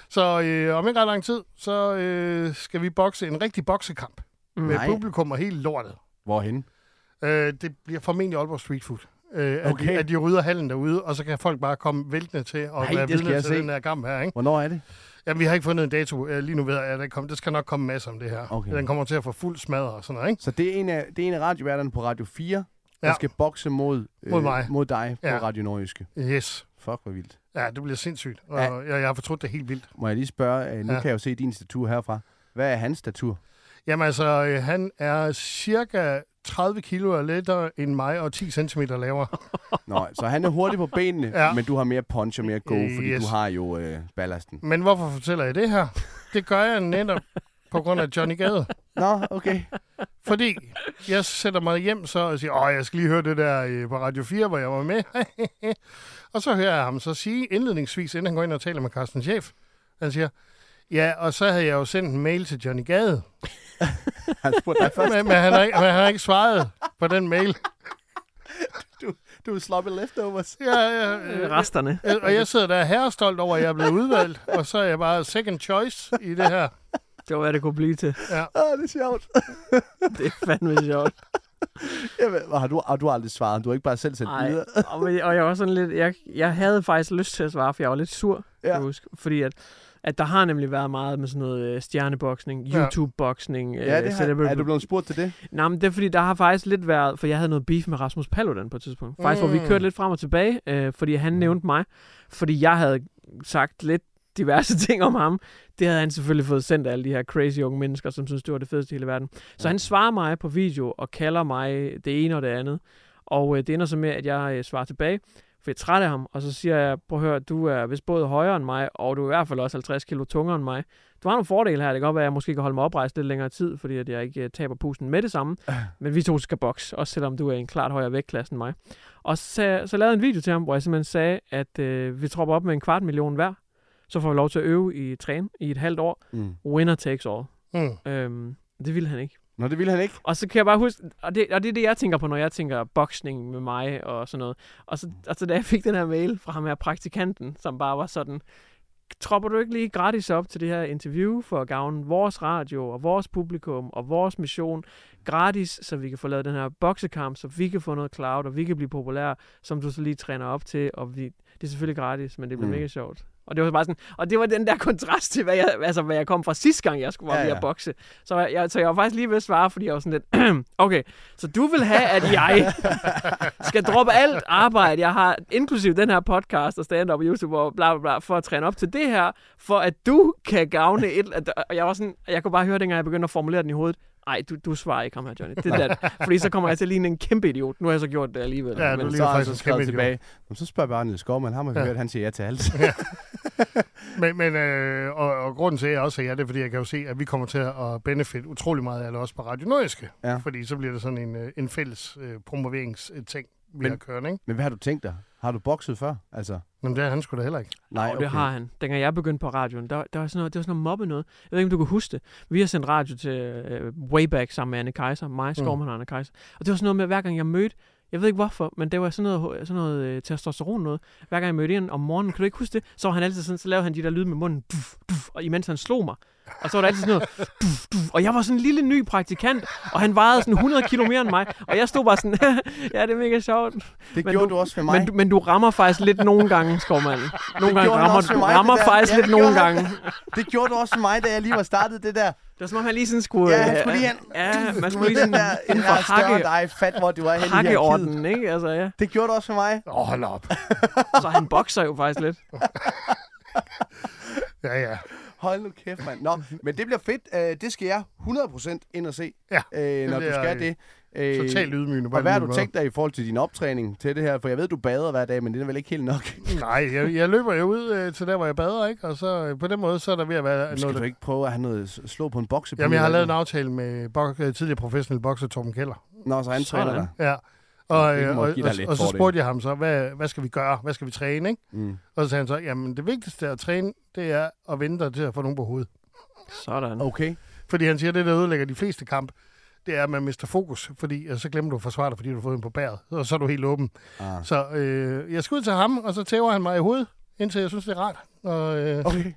Speaker 3: Så øh, om ikke ret lang tid, så øh, skal vi bokse en rigtig boksekamp. Mm. Med
Speaker 1: Nej.
Speaker 3: publikum og hele lortet.
Speaker 1: Hvorhen?
Speaker 3: Øh, det bliver formentlig Aalborg Street Food. Øh, okay. at,
Speaker 1: Okay.
Speaker 3: de, at de rydder hallen derude, og så kan folk bare komme væltende til og
Speaker 1: Nej,
Speaker 3: være
Speaker 1: det skal
Speaker 3: vidne til
Speaker 1: jeg se.
Speaker 3: den her kamp her, ikke?
Speaker 1: Hvornår er det?
Speaker 3: Jamen, vi har ikke fundet en dato. Øh, Lige nu ved jeg, at der, kom, der skal nok komme masser om det her.
Speaker 1: Okay.
Speaker 3: Den kommer til at få fuld smadre og sådan noget, ikke?
Speaker 1: Så det er en af, det er en af radioværterne på Radio 4, ja.
Speaker 3: Ja.
Speaker 1: der skal bokse mod, øh,
Speaker 3: Mod mig.
Speaker 1: mod dig på
Speaker 3: Ja.
Speaker 1: ja. Radio Nordjyske.
Speaker 3: Yes.
Speaker 1: Fuck, hvor vildt.
Speaker 3: Ja, det bliver sindssygt. Og
Speaker 1: Ja.
Speaker 3: jeg, jeg har fortrudt det helt vildt.
Speaker 1: Må jeg lige spørge, øh, nu
Speaker 3: Ja.
Speaker 1: ja. kan jeg jo se din statur herfra. Hvad er hans statur?
Speaker 3: Jamen altså, øh, han er cirka
Speaker 2: 30 kilo er lettere end mig og 10 cm
Speaker 1: (laughs)
Speaker 2: lavere.
Speaker 1: Nå, så han er hurtig på benene,
Speaker 2: Ja.
Speaker 1: ja. men du har mere punch og mere go, fordi
Speaker 2: Yes.
Speaker 1: yes. du har jo øh, (laughs) ballasten.
Speaker 2: Men hvorfor fortæller jeg det her? Det gør jeg netop på grund af Johnny Gade.
Speaker 1: Nå, okay.
Speaker 2: Fordi jeg sætter mig hjem så og siger, åh, jeg skal lige høre det der øh, på Radio 4, hvor jeg var med. (laughs) og så hører jeg ham så sige indledningsvis, inden han går ind og taler med Carsten Chef. Han siger, ja, og så havde jeg jo sendt en mail til Johnny Gade.
Speaker 1: Han spurgte dig først.
Speaker 2: Men, men, han, har ikke, men han har ikke svaret på den mail.
Speaker 1: Du, du er sloppy leftovers.
Speaker 2: Ja, ja, øh,
Speaker 3: Resterne.
Speaker 2: øh, og jeg sidder der herrestolt over, at jeg er blevet udvalgt, og så er jeg bare second choice i det her.
Speaker 3: Det var, hvad det kunne blive til.
Speaker 1: (laughs) Åh, det er sjovt.
Speaker 3: Det er fandme sjovt.
Speaker 1: Jamen, og har du, og du har aldrig svaret? Du har ikke bare selv sendt
Speaker 3: Ej,
Speaker 1: videre?
Speaker 3: og, men- og jeg var sådan lidt, jeg, jeg havde faktisk lyst til at svare, for jeg var lidt sur, ja.
Speaker 1: Ja.
Speaker 3: kan du huske, fordi at, at der har nemlig været meget med sådan noget øh, stjerneboksning,
Speaker 2: Ja.
Speaker 3: YouTube-boksning. øh,
Speaker 1: Ja, det har,
Speaker 3: celebrity-
Speaker 1: er du blevet spurgt til det?
Speaker 3: Nej, men det er fordi, der har faktisk lidt været, for jeg havde noget beef med Rasmus Paludan på et tidspunkt. Faktisk, mm. hvor
Speaker 2: Mm.
Speaker 3: vi kørte lidt frem og tilbage, øh, fordi han nævnte mig, fordi jeg havde sagt lidt diverse (laughs) ting om ham. Det havde han selvfølgelig fået sendt af alle de her crazy unge mennesker, som synes det var det fedeste i hele verden. Så han svarer mig på video og kalder mig det ene og det andet. Og øh, det ender så med, at jeg øh, svarer tilbage, for jeg er træt af ham. Og så siger jeg, prøv at høre, du er vist både højere end mig, og du er i hvert fald også 50 kilo tungere end mig. Du har nogle fordele her. Det kan godt være, at jeg måske kan holde mig oprejst lidt længere tid, fordi at jeg ikke øh, taber pusten med det samme. Men vi to skal bokse, også selvom du er i en klart højere vægtklasse end mig. Og så, så lavede jeg en video til ham, hvor jeg simpelthen sagde, at øh, vi tropper op med en kvart million hver. Så får vi lov til at øve i træne i et halvt år.
Speaker 1: Mm.
Speaker 3: Winner takes all.
Speaker 2: Mm.
Speaker 3: Øhm, det ville han ikke.
Speaker 1: Nå, det ville han ikke.
Speaker 3: Og så kan jeg bare huske, og det, og det er det, jeg tænker på, når jeg tænker boksning med mig og sådan noget. Og så, og så da jeg fik den her mail fra ham her praktikanten, som bare var sådan, tropper du ikke lige gratis op til det her interview for at gavne vores radio og vores publikum og vores mission gratis, så vi kan få lavet den her boksekamp, så vi kan få noget cloud, og vi kan blive populære, som du så lige træner op til, og vi, det er selvfølgelig gratis, men det bliver mm.
Speaker 1: Mm.
Speaker 3: mega sjovt. Og det var bare sådan, og det var den der kontrast til, hvad jeg, altså, hvad jeg kom fra sidste gang, jeg skulle være ja,
Speaker 1: Ja,
Speaker 3: ja.
Speaker 1: ja.
Speaker 3: at bokse. Så jeg, jeg, så jeg var faktisk lige ved at svare, fordi jeg var sådan lidt, (clears throat) okay, så du vil have, at (laughs) jeg skal droppe alt arbejde, jeg har, inklusive den her podcast og stand-up og YouTube og bla bla bla, for at træne op til det her, for at du kan gavne et eller andet. Og jeg var sådan, jeg kunne bare høre, dengang jeg begyndte at formulere den i hovedet, ej, du, du svarer ikke ham her, Johnny. Det er det.
Speaker 2: (laughs)
Speaker 3: Fordi så kommer jeg til at ligne en kæmpe idiot. Nu har jeg så gjort det alligevel.
Speaker 2: Ja, du
Speaker 3: men,
Speaker 2: ligner
Speaker 1: Så har han
Speaker 2: faktisk
Speaker 1: så
Speaker 2: en
Speaker 1: skrevet
Speaker 2: kæmpe
Speaker 1: tilbage. Nå, så spørger bare Niels Skovman, ham har vi
Speaker 2: Ja.
Speaker 1: hørt, han siger ja
Speaker 2: (laughs)
Speaker 1: til alt.
Speaker 2: Men, men øh, og, og grunden til, at jeg også siger ja, det er, fordi jeg kan jo se, at vi kommer til at benefit utrolig meget af det også på Radio Nordiske.
Speaker 1: Ja.
Speaker 2: Fordi så bliver det sådan en, øh, en fælles øh, promoveringsting, vi
Speaker 1: Men-
Speaker 2: har kørende, ikke?
Speaker 1: Men hvad har du tænkt dig? Har du bokset før? Altså,
Speaker 2: Men det er han sgu da heller ikke.
Speaker 1: nej,
Speaker 3: Og det har han. Dengang jeg begyndte på radioen, der, der var sådan noget, det var sådan noget mobbe noget. Jeg ved ikke, om du kan huske det. Vi har sendt radio til uh, Wayback sammen med Anne Kaiser, mig, Skorman og Anne Kaiser. Og det var sådan noget med, hver gang jeg mødte, jeg ved ikke hvorfor, men det var sådan noget, sådan noget øh, testosteron noget. Hver gang jeg mødte ind om morgenen, kan du ikke huske det? Så var han altid sådan, så lavede han de der lyde med munden, duf, duf, og imens han slog mig. Og så var der altid sådan noget, duf, duf. Og jeg var sådan en lille ny praktikant, og han vejede sådan 100 kilo mere end mig. Og jeg stod bare sådan, (laughs) ja, det er mega sjovt.
Speaker 1: Det
Speaker 3: Men
Speaker 1: gjorde
Speaker 3: du-
Speaker 1: du også for mig.
Speaker 3: Men, du- men du rammer faktisk lidt nogle gange, Skovmand. Nogle gange
Speaker 1: gjorde han
Speaker 3: rammer
Speaker 1: også
Speaker 3: du
Speaker 1: ved mig,
Speaker 3: rammer
Speaker 1: det der.
Speaker 3: faktisk
Speaker 1: Ja,
Speaker 3: lidt
Speaker 1: det
Speaker 3: nogle
Speaker 1: gjorde han.
Speaker 3: gange.
Speaker 1: (laughs) Det gjorde du også for mig, da jeg lige var startet det der.
Speaker 3: Det var som om, han lige sådan skulle...
Speaker 1: Ja, han
Speaker 3: øh,
Speaker 1: skulle lige hen. (laughs)
Speaker 3: Ja, man
Speaker 1: Du
Speaker 3: skulle
Speaker 1: ved,
Speaker 3: lige
Speaker 1: den
Speaker 3: sådan
Speaker 1: der,
Speaker 3: inden
Speaker 1: jeg
Speaker 3: for
Speaker 1: er større end
Speaker 3: hakke,
Speaker 1: dig, fat, hvor du er henne i hierarkiet.
Speaker 3: hakkeorden, ikke? Altså, ja.
Speaker 1: Det gjorde du også for mig.
Speaker 2: Åh, oh, hold op.
Speaker 3: Så han bokser jo faktisk lidt.
Speaker 2: Ja, ja.
Speaker 1: Hold nu kæft, mand. Nå, men det bliver fedt. Øh, det skal jeg 100% ind og se,
Speaker 2: Ja,
Speaker 1: øh, når
Speaker 2: det
Speaker 1: du
Speaker 2: er,
Speaker 1: skal
Speaker 2: øh,
Speaker 1: det. Øh,
Speaker 2: Totalt ydmygende på
Speaker 1: Og
Speaker 2: alle
Speaker 1: hvad har
Speaker 2: mulige
Speaker 1: du
Speaker 2: måder.
Speaker 1: tænkt dig i forhold til din optræning til det her? For jeg ved, du bader hver dag, men det er vel ikke helt nok.
Speaker 2: Nej, jeg, jeg løber jo ud øh, til der, hvor jeg bader, ikke? Og så øh, på den måde, så er der ved at være
Speaker 1: Skal
Speaker 2: noget...
Speaker 1: du
Speaker 2: der-
Speaker 1: ikke prøve at have noget s- slå på en boksepude?
Speaker 2: Jamen, jeg har
Speaker 1: eller
Speaker 2: lavet en aftale med bok- øh, tidligere professionel bokser Torben Keller.
Speaker 1: noget? Nå, så han
Speaker 3: Sådan.
Speaker 1: træner dig.
Speaker 2: Ja. Og,
Speaker 1: det
Speaker 2: øh,
Speaker 1: må
Speaker 2: og, og,
Speaker 1: give dig lidt
Speaker 2: og så
Speaker 1: fordel.
Speaker 2: spurgte jeg ham så, hvad, hvad skal vi gøre? Hvad skal vi træne, ikke?
Speaker 1: Mm.
Speaker 2: Og så sagde han så, jamen det vigtigste at træne, det er at vente dig til at få nogen på hovedet.
Speaker 3: Sådan.
Speaker 1: Okay.
Speaker 2: Fordi han siger, at det, der ødelægger de fleste kamp, det er, at man mister fokus, fordi og så glemmer du at forsvare dig, fordi du har fået en på bæret, og så er du helt åben. Ah. Så øh, jeg skal ud til ham, og så tæver han mig i hovedet, indtil jeg synes, det er rart. Og, øh,
Speaker 1: okay.
Speaker 2: og så
Speaker 1: Men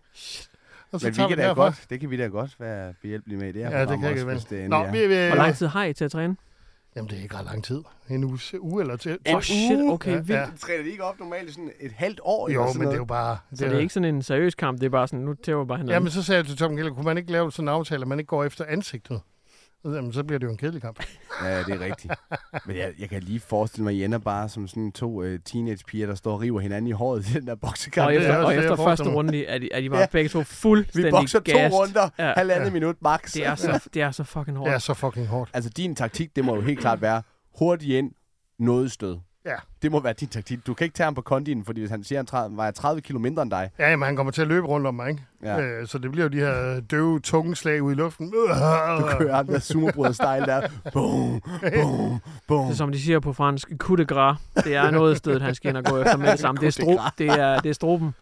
Speaker 1: vi
Speaker 2: tager
Speaker 1: kan da
Speaker 2: derfra.
Speaker 1: godt, det kan vi da godt være behjælpelige med i det her
Speaker 2: Ja, det
Speaker 1: program
Speaker 2: kan jeg
Speaker 1: også,
Speaker 2: ikke
Speaker 1: hvis det
Speaker 2: vel.
Speaker 1: endelig
Speaker 2: Nå,
Speaker 1: er.
Speaker 2: vi, vi,
Speaker 3: Hvor lang tid har I til at træne?
Speaker 2: Jamen, det er ikke ret lang tid. En uge, uge eller til.
Speaker 3: Åh, oh, shit, okay, vildt.
Speaker 2: ja.
Speaker 1: Træner de ikke op normalt i sådan et halvt år? eller
Speaker 2: Jo,
Speaker 1: sådan
Speaker 2: men det er jo
Speaker 1: noget?
Speaker 2: bare... Det
Speaker 3: Så det er ikke sådan en seriøs kamp, det er bare sådan, nu tæver bare hinanden.
Speaker 2: Jamen, så sagde jeg til Tom Keller, kunne man ikke lave sådan en aftale, at man ikke går efter ansigtet? Jamen, så bliver det jo en kedelig kamp.
Speaker 1: Ja, det er rigtigt. Men jeg, jeg kan lige forestille mig, at I ender bare som sådan to øh, teenagepiger, der står og river hinanden i håret i den der boksekamp.
Speaker 3: Og
Speaker 2: det er
Speaker 3: efter,
Speaker 2: også
Speaker 3: og
Speaker 2: det, jeg
Speaker 3: efter første
Speaker 2: forestiller mig.
Speaker 3: runde er de, er de bare
Speaker 1: Ja.
Speaker 3: begge to
Speaker 1: Vi
Speaker 3: fuldstændig
Speaker 1: bokser to
Speaker 3: gassed.
Speaker 1: runder,
Speaker 3: Ja.
Speaker 1: ja. halvandet ja. minut max.
Speaker 3: Det er så, det er så fucking hårdt.
Speaker 2: Det er så fucking hårdt.
Speaker 1: Altså, din taktik, det må jo helt klart være hurtigt ind, noget stød.
Speaker 2: Ja.
Speaker 1: Det må være din taktik. Du kan ikke tage ham på kondien, fordi hvis han siger, at han tre- vejer 30 kilo mindre end dig,
Speaker 2: Ja, jamen, han kommer til at løbe rundt om mig, ikke?
Speaker 1: Ja.
Speaker 2: Øh, så det bliver jo de her døve tungeslag ude i luften.
Speaker 1: du
Speaker 2: Øh.
Speaker 1: kører ham der sumobrød-style der. Boom, boom, boom.
Speaker 3: Det er, som de siger på fransk, coup de gras. Det er noget sted, han skal ind og gå efter med det samme. Det er,
Speaker 1: Coup de
Speaker 3: stro, det er, det er stroben.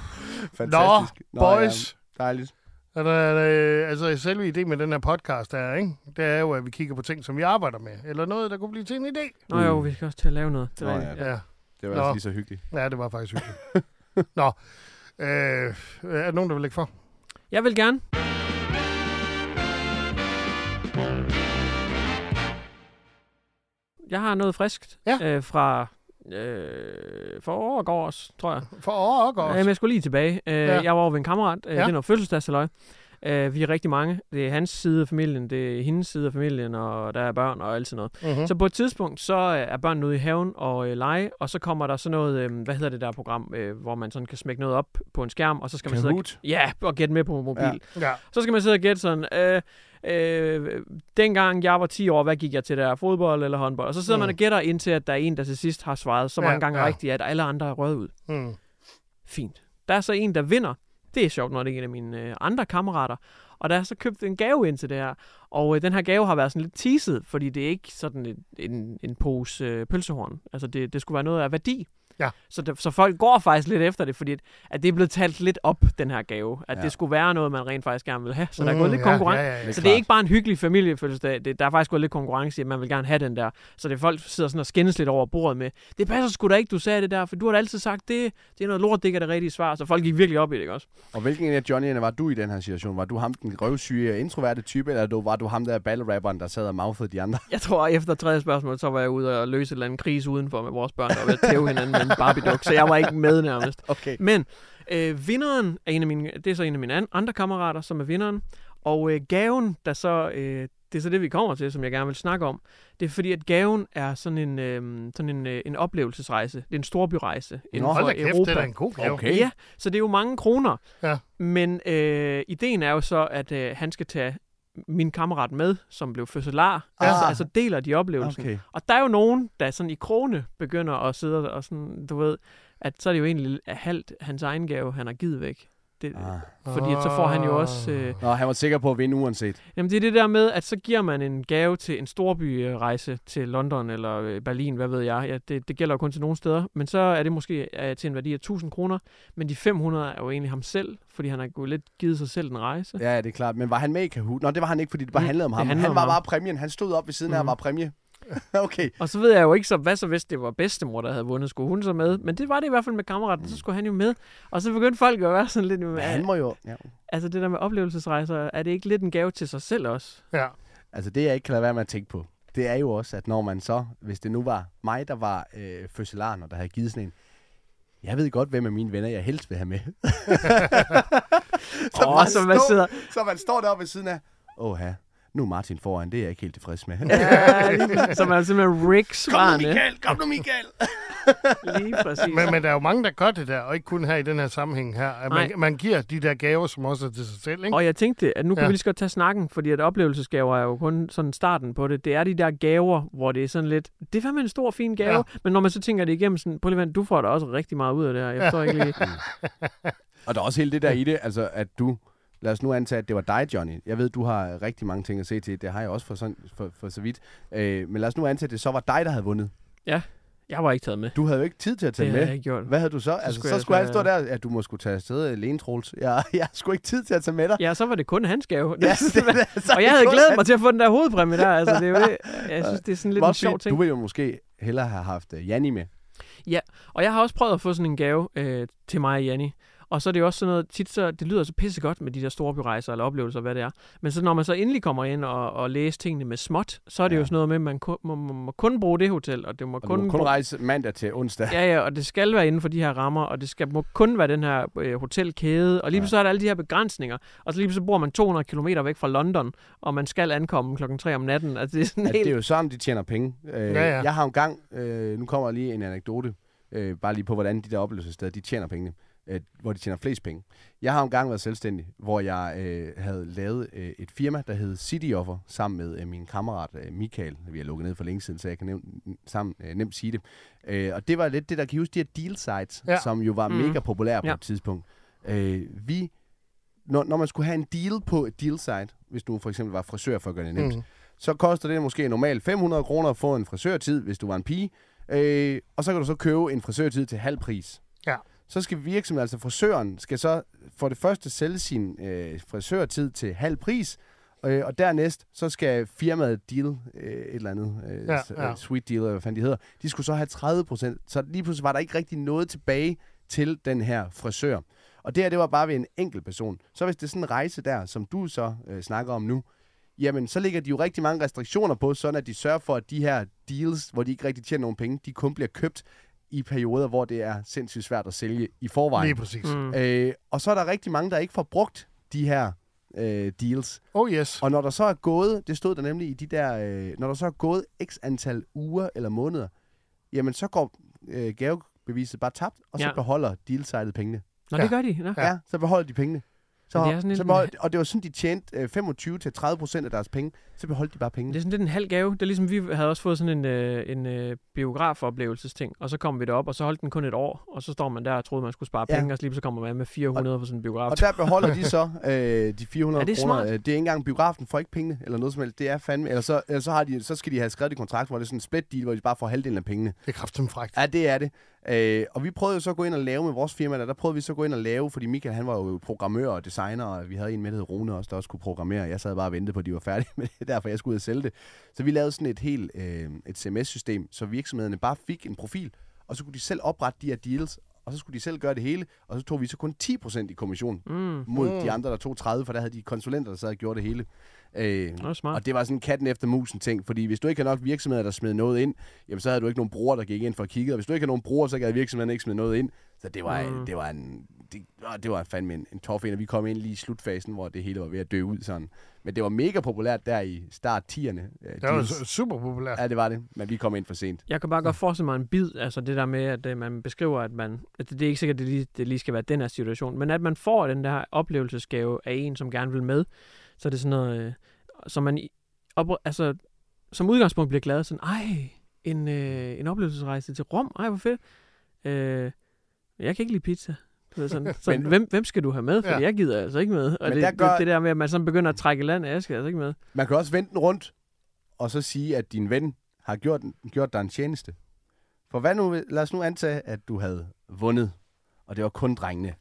Speaker 2: Nå,
Speaker 1: Fantastisk.
Speaker 2: boys.
Speaker 1: Ja, dejligt.
Speaker 2: Og der, øh, altså, selve ideen med den her podcast er, ikke? det er jo, at vi kigger på ting, som vi arbejder med. Eller noget, der kunne blive til en idé.
Speaker 3: Nå jo, vi skal også til at lave noget. Det
Speaker 1: Nå,
Speaker 3: er
Speaker 1: ja.
Speaker 3: rigtigt.
Speaker 2: Ja,
Speaker 1: Det var
Speaker 2: Nå.
Speaker 1: altså lige så hyggeligt.
Speaker 2: ja det var faktisk hyggeligt. Nå, øh, er der nogen, der vil lægge for?
Speaker 3: Jeg vil gerne. Jeg har noget friskt
Speaker 2: Ja.
Speaker 3: øh, fra øh, for års, tror jeg.
Speaker 2: For år og godt.
Speaker 3: Jamen, jeg skulle lige tilbage. Øh,
Speaker 2: Ja.
Speaker 3: Jeg var over ved en kammerat. Øh,
Speaker 2: Ja.
Speaker 3: Det er noget fødselsdagsaløj. Øh, vi er rigtig mange. Det er hans side af familien, det er hendes side af familien, og der er børn og alt sådan noget.
Speaker 2: Mhm.
Speaker 3: Så på et tidspunkt, så øh, er børnene ude i haven og øh, lege, og så kommer der sådan noget, øh, hvad hedder det der program, øh, hvor man sådan kan smække noget op på en skærm, og så skal man sidde og,
Speaker 1: Kahoot.
Speaker 3: ja, og gætte med på mobil.
Speaker 1: Ja.
Speaker 2: Ja,
Speaker 3: Så skal man sidde og gætte sådan, øh, øh, dengang jeg var 10 år, hvad gik jeg til der? Fodbold eller håndbold? Og så sidder
Speaker 2: Mm.
Speaker 3: man og gætter indtil, at der er en, der til sidst har svaret så mange
Speaker 2: Ja,
Speaker 3: gange
Speaker 2: ja.
Speaker 3: rigtigt, at alle andre er røget ud.
Speaker 2: mm.
Speaker 3: Fint. Der er så en, der vinder. Det er sjovt, når det er en af mine øh, andre kammerater. Og der er så købt en gave ind til det her. Og øh, den her gave har været sådan lidt teaset, fordi det er ikke sådan en, en, en pose øh, pølsehorn. Altså det, det skulle være noget af værdi.
Speaker 2: Ja.
Speaker 3: Så, der, så folk går faktisk lidt efter det, fordi at, at det er blevet talt lidt op, den her gave. At ja.
Speaker 1: Ja.
Speaker 3: det skulle være noget, man rent faktisk gerne vil have. Så der er
Speaker 2: Mm,
Speaker 3: gået lidt
Speaker 2: ja,
Speaker 3: konkurrence.
Speaker 2: Ja, ja, ja.
Speaker 3: Så det er ikke bare en hyggelig familiefødselsdag. Det, der er faktisk gået lidt konkurrence i, at man vil gerne have den der. Så det er folk, der sidder sådan og skændes lidt over bordet med, det passer sgu da ikke, du sagde det der, for du har da altid sagt, det, det er noget lort, det ikke er det rigtige svar. Så folk gik virkelig op i det, ikke også?
Speaker 1: Og hvilken en af Johnny'erne var du i den her situation? Var du ham den røvsyge og introverte type, eller du- var du ham der ballerapperen, der sad og magfede de andre?
Speaker 3: Jeg tror, at efter tredje spørgsmål, så var jeg ude og løse et eller andet krise udenfor med vores børn, der var ved at tæve hinanden med en barbie så jeg var ikke med nærmest.
Speaker 1: Okay.
Speaker 3: Men øh, vinderen er en af mine, det er så en af mine an, andre kammerater, som er vinderen. Og øh, gaven, der så, øh, det er så det, vi kommer til, som jeg gerne vil snakke om. Det er fordi, at gaven er sådan en, øh, sådan en, øh, en oplevelsesrejse. Det er en storbyrejse inden
Speaker 1: Nå,
Speaker 3: for
Speaker 2: Hold da kæft,
Speaker 3: Europa.
Speaker 2: det er da en god gave.
Speaker 1: Okay.
Speaker 3: Ja, så det er jo mange kroner.
Speaker 2: Ja.
Speaker 3: Men øh, ideen er jo så, at øh, han skal tage min kammerat med, som blev fødselar.
Speaker 1: Ah.
Speaker 3: Altså, altså deler de oplevelsen.
Speaker 1: Okay.
Speaker 3: Og der er jo nogen, der sådan i krone begynder at sidde og sådan, du ved, at så er det jo egentlig halvt hans egen gave, han har givet væk. Det, ah.
Speaker 1: Ah.
Speaker 3: Fordi at så får han jo også... Øh,
Speaker 1: Nå, han var sikker på at vinde uanset.
Speaker 3: jamen det er det der med, at så giver man en gave til en storbyrejse til London eller øh, Berlin, hvad ved jeg. Ja, det, det gælder jo kun til nogle steder. Men så er det måske øh, til en værdi af 1000 kroner. Men de 500 er jo egentlig ham selv, fordi han har gået lidt givet sig selv en rejse.
Speaker 1: Ja, ja, det er klart. Men var han med i Kahoot? Nå, det var han ikke, fordi det bare
Speaker 3: Mm,
Speaker 1: handlede om
Speaker 3: det
Speaker 1: ham.
Speaker 3: handlede
Speaker 1: han
Speaker 3: om
Speaker 1: var
Speaker 3: ham.
Speaker 1: bare præmien. Han stod op ved siden af og
Speaker 3: Mm.
Speaker 1: var præmie. (laughs) okay.
Speaker 3: Og så ved jeg jo ikke så, hvad så hvis det var bedstemor, der havde vundet, skulle hun så med? Men det var det i hvert fald med kammeraten, så skulle han jo med. Og så begyndte folk jo at være sådan lidt...
Speaker 1: Mm. Men
Speaker 3: "Er-
Speaker 1: han må jo... Ja.
Speaker 3: Altså det der med oplevelsesrejser, er det ikke lidt en gave til sig selv også?
Speaker 2: Ja.
Speaker 1: Altså, det jeg ikke kan lade være med at tænke på, det er jo også, at når man så... Hvis det nu var mig, der var øh, fødselaren, og der havde givet sådan en... Jeg ved godt, hvem af mine venner, jeg helst vil have med. så,
Speaker 3: Åh,
Speaker 1: man
Speaker 3: så man
Speaker 1: står-
Speaker 3: sidder-
Speaker 1: så man står deroppe ved siden af... Åh, ja. Nu er Martin foran, det er jeg ikke helt tilfreds med.
Speaker 3: Ja, lige (laughs) præcis. så man er simpelthen Rick svarende.
Speaker 1: kom nu, Michael!
Speaker 3: (laughs) Lige præcis.
Speaker 2: Men, men der er jo mange, der gør det der, og ikke kun her i den her sammenhæng her. At
Speaker 3: Nej.
Speaker 2: man, man giver de der gaver, som også er til sig selv, ikke?
Speaker 3: Og jeg tænkte, at nu kan ja.
Speaker 2: Ja.
Speaker 3: vi lige så godt tage snakken, fordi at oplevelsesgaver er jo kun sådan starten på det. Det er de der gaver, hvor det er sådan lidt, det er fandme en stor, fin gave, ja.
Speaker 2: Ja.
Speaker 3: men når man så tænker det igennem, sådan, prøv lige at vente, du får da også rigtig meget ud af det her. Jeg forstår
Speaker 2: (laughs)
Speaker 3: ikke lige.
Speaker 1: (laughs) Og der er også hele det der i det, altså at du, lad os nu antage, at det var dig, Johnny. Jeg ved, du har rigtig mange ting at se til, det har jeg også for, sådan, for, for så vidt. Øh, men lad os nu antage, at det så var dig, der havde vundet.
Speaker 3: Jeg var ikke taget med.
Speaker 1: Du havde jo ikke tid til at tage
Speaker 3: Det
Speaker 1: med.
Speaker 3: havde jeg ikke gjort.
Speaker 1: Hvad havde du så? Altså, så
Speaker 3: skulle
Speaker 1: skulle,
Speaker 3: jeg
Speaker 1: så skulle han
Speaker 3: altså-
Speaker 1: stå der, ja, du må skulle tage afsted alene, Troels. (laughs) Jeg, jeg har sgu ikke tid til at tage med dig.
Speaker 3: Ja, så var det kun hans gave.
Speaker 1: Ja,
Speaker 3: (laughs)
Speaker 1: det er altså
Speaker 3: og jeg havde
Speaker 1: kun
Speaker 3: glædet
Speaker 1: hans-
Speaker 3: mig til at få den der hovedpræmie der. Altså, det er jo det.
Speaker 2: (laughs)
Speaker 3: Jeg synes, det er sådan lidt en
Speaker 1: Måske-
Speaker 3: sjov ting.
Speaker 1: Du ville jo måske hellere have haft uh, Janni med.
Speaker 3: Og jeg har også prøvet at få sådan en gave øh, til mig og Janni. Og så er det jo også sådan noget, tit så, det lyder så pissegodt med de der storbyrejser eller oplevelser, hvad det er. Men så når man så endelig kommer ind og, og læser tingene med småt, så er det ja. jo
Speaker 1: Ja.
Speaker 3: sådan noget med, at man kun, må, må, må kun bruge det hotel, og det må
Speaker 1: Og
Speaker 3: kun,
Speaker 1: du må kun
Speaker 3: bruge-
Speaker 1: rejse mandag til onsdag.
Speaker 3: Ja, ja, og det skal være inden for de her rammer, og det skal, må kun være den her øh, hotelkæde, og lige
Speaker 1: Ja.
Speaker 3: så er der alle de her begrænsninger, og så lige så bor man 200 km væk fra London, og man skal ankomme klokken 3 om natten. Altså, det er sådan
Speaker 1: At
Speaker 3: helt...
Speaker 1: det er jo sådan, de tjener penge. Øh,
Speaker 6: Ja, ja.
Speaker 1: Jeg har jo engang, øh, nu kommer lige en anekdote, øh, bare lige på, hvordan de der oplevelsessteder, de tjener pengene. Øh, hvor de tjener flest penge. Jeg har jo engang været selvstændig, hvor jeg øh, havde lavet øh, et firma, der hed City Offer, sammen med øh, min kammerat øh, Michael. Vi har lukket ned for længe siden, så jeg kan nem, sammen, øh, nemt sige det. Øh, og det var lidt det, der kan huske, de her deal sites,
Speaker 6: Ja.
Speaker 1: ja. som jo var
Speaker 3: Mm.
Speaker 1: mm. mega populære på
Speaker 3: Ja.
Speaker 1: ja. et tidspunkt. Øh, vi, når, når man skulle have en deal på et deal site, hvis du for eksempel var frisør, for at gøre det nemt,
Speaker 6: Mm.
Speaker 1: så koster det måske normalt 500 kroner at få en frisørtid, hvis du var en pige. Øh, og så kan du så købe en frisørtid til halv pris.
Speaker 6: Ja.
Speaker 1: Så skal virksomheden, altså frisøren, skal så for det første sælge sin øh, frisørtid til halv pris, øh, og dernæst så skal firmaet deal øh, et eller andet, øh,
Speaker 6: Ja,
Speaker 1: ja,
Speaker 6: ja.
Speaker 1: ja. sweet deal, eller hvad fanden de hedder. De skulle så have 30 procent, så lige pludselig var der ikke rigtig noget tilbage til den her frisør. Og det her, det var bare ved en enkelt person. Så hvis det er sådan en rejse der, som du så øh, snakker om nu, jamen så ligger de jo rigtig mange restriktioner på, sådan at de sørger for, at de her deals, hvor de ikke rigtig tjener nogen penge, de kun bliver købt i perioder, hvor det er sindssygt svært at sælge i forvejen.
Speaker 6: Lige præcis. Mm.
Speaker 1: Øh, og så er der rigtig mange, der ikke får brugt de her øh, deals.
Speaker 6: Oh yes.
Speaker 1: Og når der så er gået, det stod der nemlig i de der, øh, når der så er gået x antal uger eller måneder, jamen så går øh, gavebeviset bare tabt, og så
Speaker 3: Ja.
Speaker 1: ja. beholder dealsitet pengene.
Speaker 3: Nå,
Speaker 6: Ja.
Speaker 3: det gør de. Nå.
Speaker 1: Ja. ja, så beholder de pengene. Så,
Speaker 3: Men det er sådan
Speaker 1: så
Speaker 3: en-
Speaker 1: behold, og det var sådan, de tjente øh, 25-30% af deres penge, så beholdt de bare pengene.
Speaker 3: Det er sådan lidt en halv gave. Det er ligesom, vi havde også fået sådan en, øh, en øh, biografoplevelsesting, og så kom vi derop, og så holdt den kun et år, og så står man der og troede, man skulle spare
Speaker 1: Ja.
Speaker 3: penge, og så lige så kommer man med 400 på sådan en biograf.
Speaker 1: Og der beholder de så øh, de
Speaker 3: Er
Speaker 1: 400
Speaker 3: det
Speaker 1: kroner.
Speaker 3: smart?
Speaker 1: Øh, Det er ikke engang biografen får ikke pengene, eller noget som helst. Det er fandme... Eller så, eller så, har de, så skal de have skrevet i kontrakt, hvor det er sådan en split deal, hvor de bare får halvdelen af pengene.
Speaker 6: Det er kraftigt frækt.
Speaker 1: Ja, det er det. Øh, og vi prøvede jo så at gå ind og lave med vores firma, der, der prøvede vi så at gå ind og lave, fordi Michael han var jo programmør og designer, og vi havde en med, der hed Rune også, der også kunne programmere. Jeg sad bare og ventede på, at de var færdige (laughs) med det, derfor jeg skulle ud og sælge det. Så vi lavede sådan et helt øh, et CMS-system, så virksomhederne bare fik en profil, og så kunne de selv oprette de her deals, og så skulle de selv gøre det hele, og så tog vi så kun 10% i kommission mm. mod de andre, der tog 30, for der havde de konsulenter, der sad og gjorde det hele. Øh,
Speaker 3: var smart.
Speaker 1: og det var sådan en katten efter musen ting, fordi hvis du ikke har nok virksomheder, der smed noget ind, jamen så havde du ikke nogen brugere, der gik ind for at kigge, og hvis du ikke har nogen brugere, så havde virksomheden ikke smed noget ind. Så det var, mm. det var en, det, åh, det var fandme en, en tof en, og vi kom ind lige i slutfasen, hvor det hele var ved at dø ud sådan. Men det var mega populært der i start 10'erne. øh,
Speaker 6: Det var
Speaker 1: deals.
Speaker 6: su- super populært.
Speaker 1: Ja, det var det, men vi kom ind for sent.
Speaker 3: Jeg kan bare godt forestille mig en bid, altså det der med, at øh, man beskriver, at man, at det er ikke sikkert, at det lige, det lige skal være den her situation, men at man får den der oplevelsesgave af en, som gerne vil med, så er det sådan noget, øh, så man i- op, altså, som udgangspunkt bliver glad, sådan, ej, en, øh, en oplevelsesrejse til Rom, ej, hvor fedt. Øh, jeg kan ikke lide pizza. Du
Speaker 1: (laughs)
Speaker 3: ved, sådan, sådan, men, hvem, hvem skal du have med? Fordi
Speaker 6: Ja.
Speaker 3: ja. jeg gider altså ikke med. Og
Speaker 1: Men
Speaker 3: det,
Speaker 1: der
Speaker 3: det,
Speaker 1: gør-
Speaker 3: det, der med, at man sådan begynder at trække i land, jeg skal altså ikke med.
Speaker 1: Man kan også vente den rundt, og så sige, at din ven har gjort, gjort dig en tjeneste. For hvad nu, lad os nu antage, at du havde vundet, og det var kun drengene.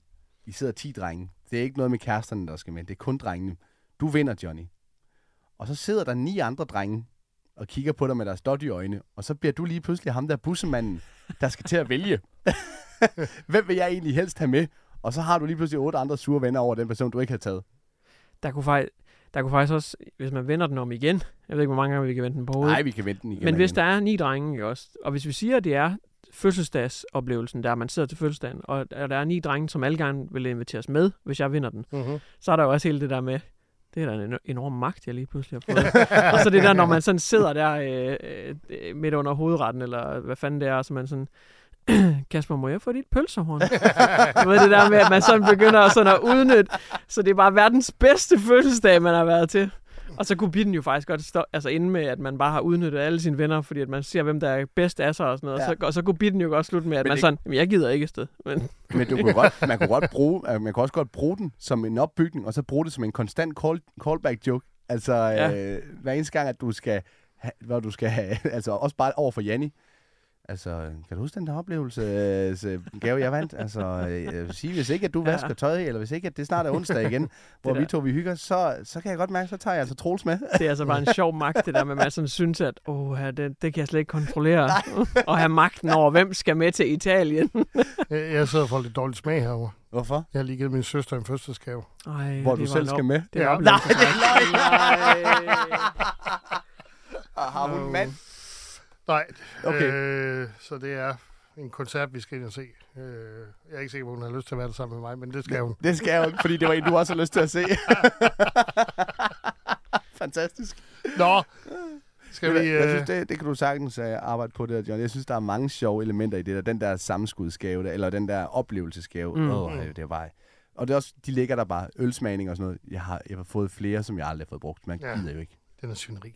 Speaker 1: I sidder 10 drenge. Det er ikke noget med kæresterne, der skal med. Det er kun drengene. Du vinder, Johnny. Og så sidder der ni andre drenge og kigger på dig med deres dot i øjne, og så bliver du lige pludselig ham der bussemanden, der skal til at
Speaker 3: (laughs)
Speaker 1: vælge. Hvem vil jeg egentlig helst have med? Og så har du lige pludselig otte andre sure venner over den person, du ikke har taget.
Speaker 3: Der kunne, faktisk, der kunne faktisk også, hvis man vender den om igen, jeg ved ikke, hvor mange gange vi kan vende den på hovedet.
Speaker 1: Nej, vi kan vente den igen.
Speaker 3: Men
Speaker 1: og
Speaker 3: hvis
Speaker 1: igen.
Speaker 3: der er ni drenge, ikke også? Og hvis vi siger, at det er fødselsdagsoplevelsen, der er, man sidder til fødselsdagen, og og der er ni drenge, som alle gerne vil inviteres med, hvis jeg vinder den,
Speaker 6: Mm-hmm.
Speaker 3: så er der jo også hele det der med, det er da en eno- enorm magt, jeg lige
Speaker 1: (laughs)
Speaker 3: pludselig har fået. og så det der, når man sådan sidder der øh, øh, øh, midt under hovedretten, eller hvad fanden det er, så man sådan, Kasper, må jeg få dit pølsehorn? (laughs) du ved det der med, at man sådan begynder sådan at udnytte, så det er bare verdens bedste fødselsdag, man har været til. Og så kunne bitten jo faktisk godt stå, altså ende med, at man bare har udnyttet alle sine venner, fordi at man ser, hvem der er bedst af sig og sådan noget. Ja.
Speaker 1: Ja.
Speaker 3: Så, og så kunne bitten jo godt slutte med, at
Speaker 1: Men
Speaker 3: man
Speaker 1: det-
Speaker 3: sådan, "Jamen, jeg gider ikke et sted. Men,
Speaker 1: Men du kunne godt, man kunne godt bruge, øh, man kunne også godt bruge den som en opbygning, og så bruge det som en konstant call, callback joke. Altså,
Speaker 3: Ja.
Speaker 1: (laughs) ja. øh, hver eneste gang, at du skal, ha, hvor du skal have, altså også bare over for Janni. Altså, kan du huske den der oplevelse, øh, så- gave jeg vandt? Altså, øh, jeg vil sige, hvis ikke at du
Speaker 3: Ja.
Speaker 1: vasker tøj, eller hvis ikke at det snart er onsdag
Speaker 3: (laughs)
Speaker 1: igen, hvor
Speaker 3: der.
Speaker 1: vi to vi hygger, så, så kan jeg godt mærke, så tager jeg altså Troels med. (laughs)
Speaker 3: Det er altså bare en sjov magt, det der med, at man sådan synes, at åh, her, det, det kan jeg slet ikke kontrollere. og have magten over, hvem skal med til Italien.
Speaker 2: (laughs) Jeg, jeg sidder og får lidt dårligt smag herovre.
Speaker 1: Hvorfor?
Speaker 2: Jeg har lige givet min søster en fødselsdagsgave.
Speaker 3: Ej,
Speaker 1: Hvor
Speaker 3: det
Speaker 1: du
Speaker 3: var
Speaker 1: selv
Speaker 3: en
Speaker 1: skal
Speaker 3: op-
Speaker 1: med.
Speaker 3: Det er
Speaker 2: Ja.
Speaker 3: ja. Nej, det er (laughs)
Speaker 1: Og har hun en mand?
Speaker 2: Nej,
Speaker 1: Okay.
Speaker 2: øh, så det er en koncert, vi skal ind og se. Øh, jeg er ikke sikker på, hun har lyst til at være der sammen med mig, men det skal hun.
Speaker 1: Det skal jeg jo ikke, fordi det var en, du også har lyst til at
Speaker 2: (laughs)
Speaker 1: se. Fantastisk.
Speaker 2: Nå, skal vi...
Speaker 1: jeg, jeg synes,
Speaker 2: Øh,
Speaker 1: det, det kan du sagtens uh, arbejde på det der, John. Jeg synes, der er mange sjove elementer i det der. Den der sammenskudskave, der, eller den der oplevelsesgave. Åh, mm. oh, det er bare... Og det er også, de ligger der bare. Ølsmagning og sådan noget. Jeg har, jeg har fået flere, som jeg aldrig har fået brugt. Man
Speaker 2: Ja.
Speaker 1: ja. gider jo ikke.
Speaker 2: den er syneri.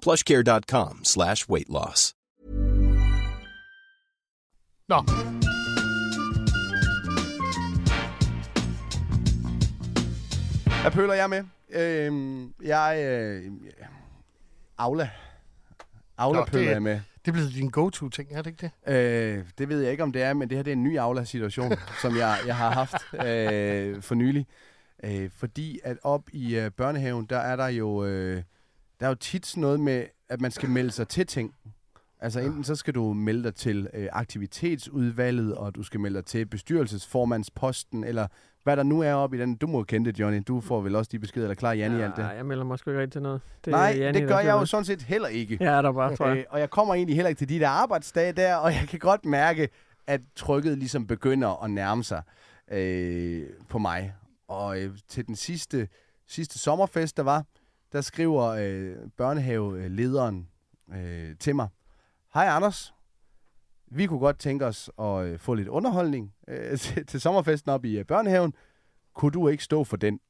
Speaker 7: plushcare.com slash weight loss.
Speaker 2: Nå,
Speaker 1: Hvad pøler jeg med? Øhm, jeg... Øh, Aula. Aula
Speaker 2: Nå,
Speaker 1: Nå, pøler
Speaker 2: det-
Speaker 1: jeg med.
Speaker 2: det blev din go-to-ting, er det ikke det?
Speaker 1: Øh, det ved jeg ikke, om det er, men det her det er en ny (laughs) Aula-situation, som jeg, jeg har haft øh, for nylig. Øh, fordi at op i øh, børnehaven, der er der jo øh, der er jo tit sådan noget med, at man skal melde sig til ting. Altså enten så skal du melde dig til øh, aktivitetsudvalget, og du skal melde dig til bestyrelsesformandsposten, eller hvad der nu er oppe i den. Du må jo kende det, Johnny. Du får vel også de beskeder, eller klar Janni ja, alt det.
Speaker 3: Nej, jeg melder mig sgu ikke rigtig til noget. Det er
Speaker 1: Nej,
Speaker 3: Janni,
Speaker 1: det
Speaker 3: der
Speaker 1: gør jeg
Speaker 3: sidder
Speaker 1: jo sådan set heller ikke.
Speaker 3: med. Jeg er der bare, tror jeg.
Speaker 1: Øh, og jeg kommer egentlig heller ikke til de der arbejdsdage der, og jeg kan godt mærke, at trykket ligesom begynder at nærme sig øh, på mig. Og øh, til den sidste, sidste sommerfest, der var, der skriver øh, børnehavelederen øh, til mig, Hej Anders, vi kunne godt tænke os at øh, få lidt underholdning (laughs) øh, til, til sommerfesten op i øh, børnehaven. Kunne du ikke stå for den?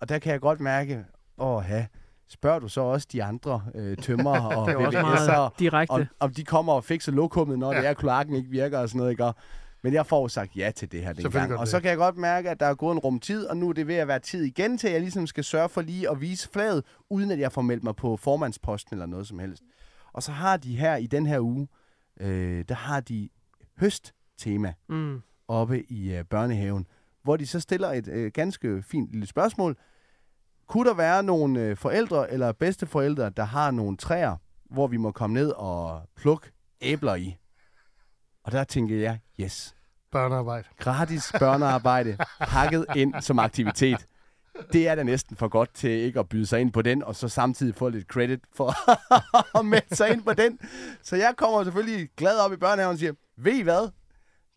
Speaker 1: Og der kan jeg godt mærke, åh ja, spørger du så også de andre øh, tømmer
Speaker 3: (laughs)
Speaker 1: og
Speaker 3: Det er også meget
Speaker 1: VVS'er,
Speaker 3: direkte.
Speaker 1: om, om de kommer og fikser lokummet, når
Speaker 2: Ja.
Speaker 1: ja. det er, kloakken ikke virker og sådan noget, ikke? Og- Men jeg får jo sagt ja til det her
Speaker 2: Selvfølgelig gør
Speaker 1: dengang.
Speaker 2: du
Speaker 1: Og
Speaker 2: det.
Speaker 1: så kan jeg godt mærke, at der er gået en rum tid, og nu er det ved at være tid igen til, at jeg ligesom skal sørge for lige at vise flaget, uden at jeg får meldt mig på formandsposten eller noget som helst. Og så har de her i den her uge, øh, der har de høsttema
Speaker 3: Mm.
Speaker 1: oppe i øh, børnehaven, hvor de så stiller et øh, ganske fint lille spørgsmål. Kunne der være nogle øh, forældre eller bedsteforældre, der har nogle træer, hvor vi må komme ned og plukke æbler i? Og der tænkte jeg, yes,
Speaker 2: Børnearbejde.
Speaker 1: gratis børnearbejde pakket ind som aktivitet. Det er da næsten for godt til ikke at byde sig ind på den, og så samtidig få lidt credit for (laughs) at melde sig ind på den. Så jeg kommer selvfølgelig glad op i børnehaven og siger, ved I hvad?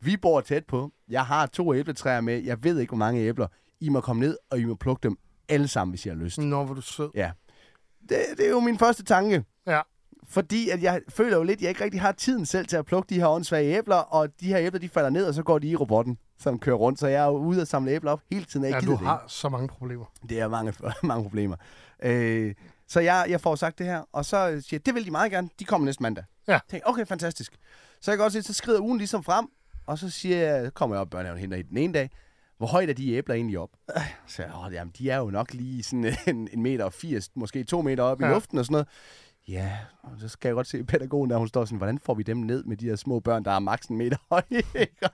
Speaker 1: Vi bor tæt på. Jeg har to æbletræer med. Jeg ved ikke, hvor mange æbler. I må komme ned, og I må plukke dem alle sammen, hvis I har lyst.
Speaker 2: Nå, hvor du er sød.
Speaker 1: Ja. Det, det er jo min første tanke.
Speaker 2: Ja.
Speaker 1: Fordi at jeg føler jo lidt, at jeg ikke rigtig har tiden selv til at plukke de her åndssvage æbler, og de her æbler, de falder ned, og så går de i robotten, som kører rundt. Så jeg er jo ude og samle æbler op hele tiden, og jeg
Speaker 2: Ja,
Speaker 1: ja,
Speaker 2: du
Speaker 1: gider det
Speaker 2: har så mange problemer.
Speaker 1: ikke. Det er mange, (laughs) mange problemer. Øh, så jeg, jeg får sagt det her, og så siger jeg, det vil de meget gerne, de kommer næste mandag.
Speaker 2: Ja.
Speaker 1: Tænk, okay, fantastisk. Så jeg kan godt se, så skrider ugen ligesom frem, og så siger jeg, kommer jeg op i børnehaven og henter i den ene dag, hvor højt er de æbler egentlig op? Øh, Så jeg, åh, jamen, de er jo nok lige sådan (laughs) en, en meter og 80, måske to meter op ja.
Speaker 2: Ja.
Speaker 1: i luften og sådan noget. Ja, og så skal jeg godt se pædagogen, der hun står sådan, hvordan får vi dem ned med de her små børn, der er maks en meter høje? (laughs) ikke?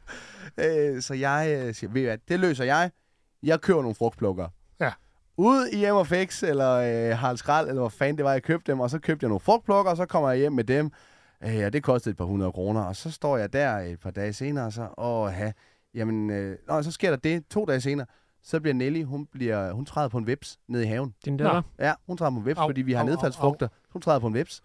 Speaker 1: øh, så jeg øh, siger, ved I hvad, det løser jeg. Jeg køber nogle frugtplukker.
Speaker 2: Ja.
Speaker 1: Ud i MFX, eller øh, Harald Skrald, eller hvor fanden det var, jeg købte dem, og så købte jeg nogle frugtplukker, og så kommer jeg hjem med dem, øh, og det kostede et par hundrede kroner, og så står jeg der et par dage senere, og så, åh, ha, jamen, øh, nå, så sker der det, to dage senere, så bliver Nelly, hun, bliver, hun træder på en vips nede i haven.
Speaker 3: Din datter.
Speaker 1: Ja, hun træder på en vips,
Speaker 2: Au,
Speaker 1: fordi vi har
Speaker 2: au, au,
Speaker 1: nedfaldsfrugter. Hun træder på en vips.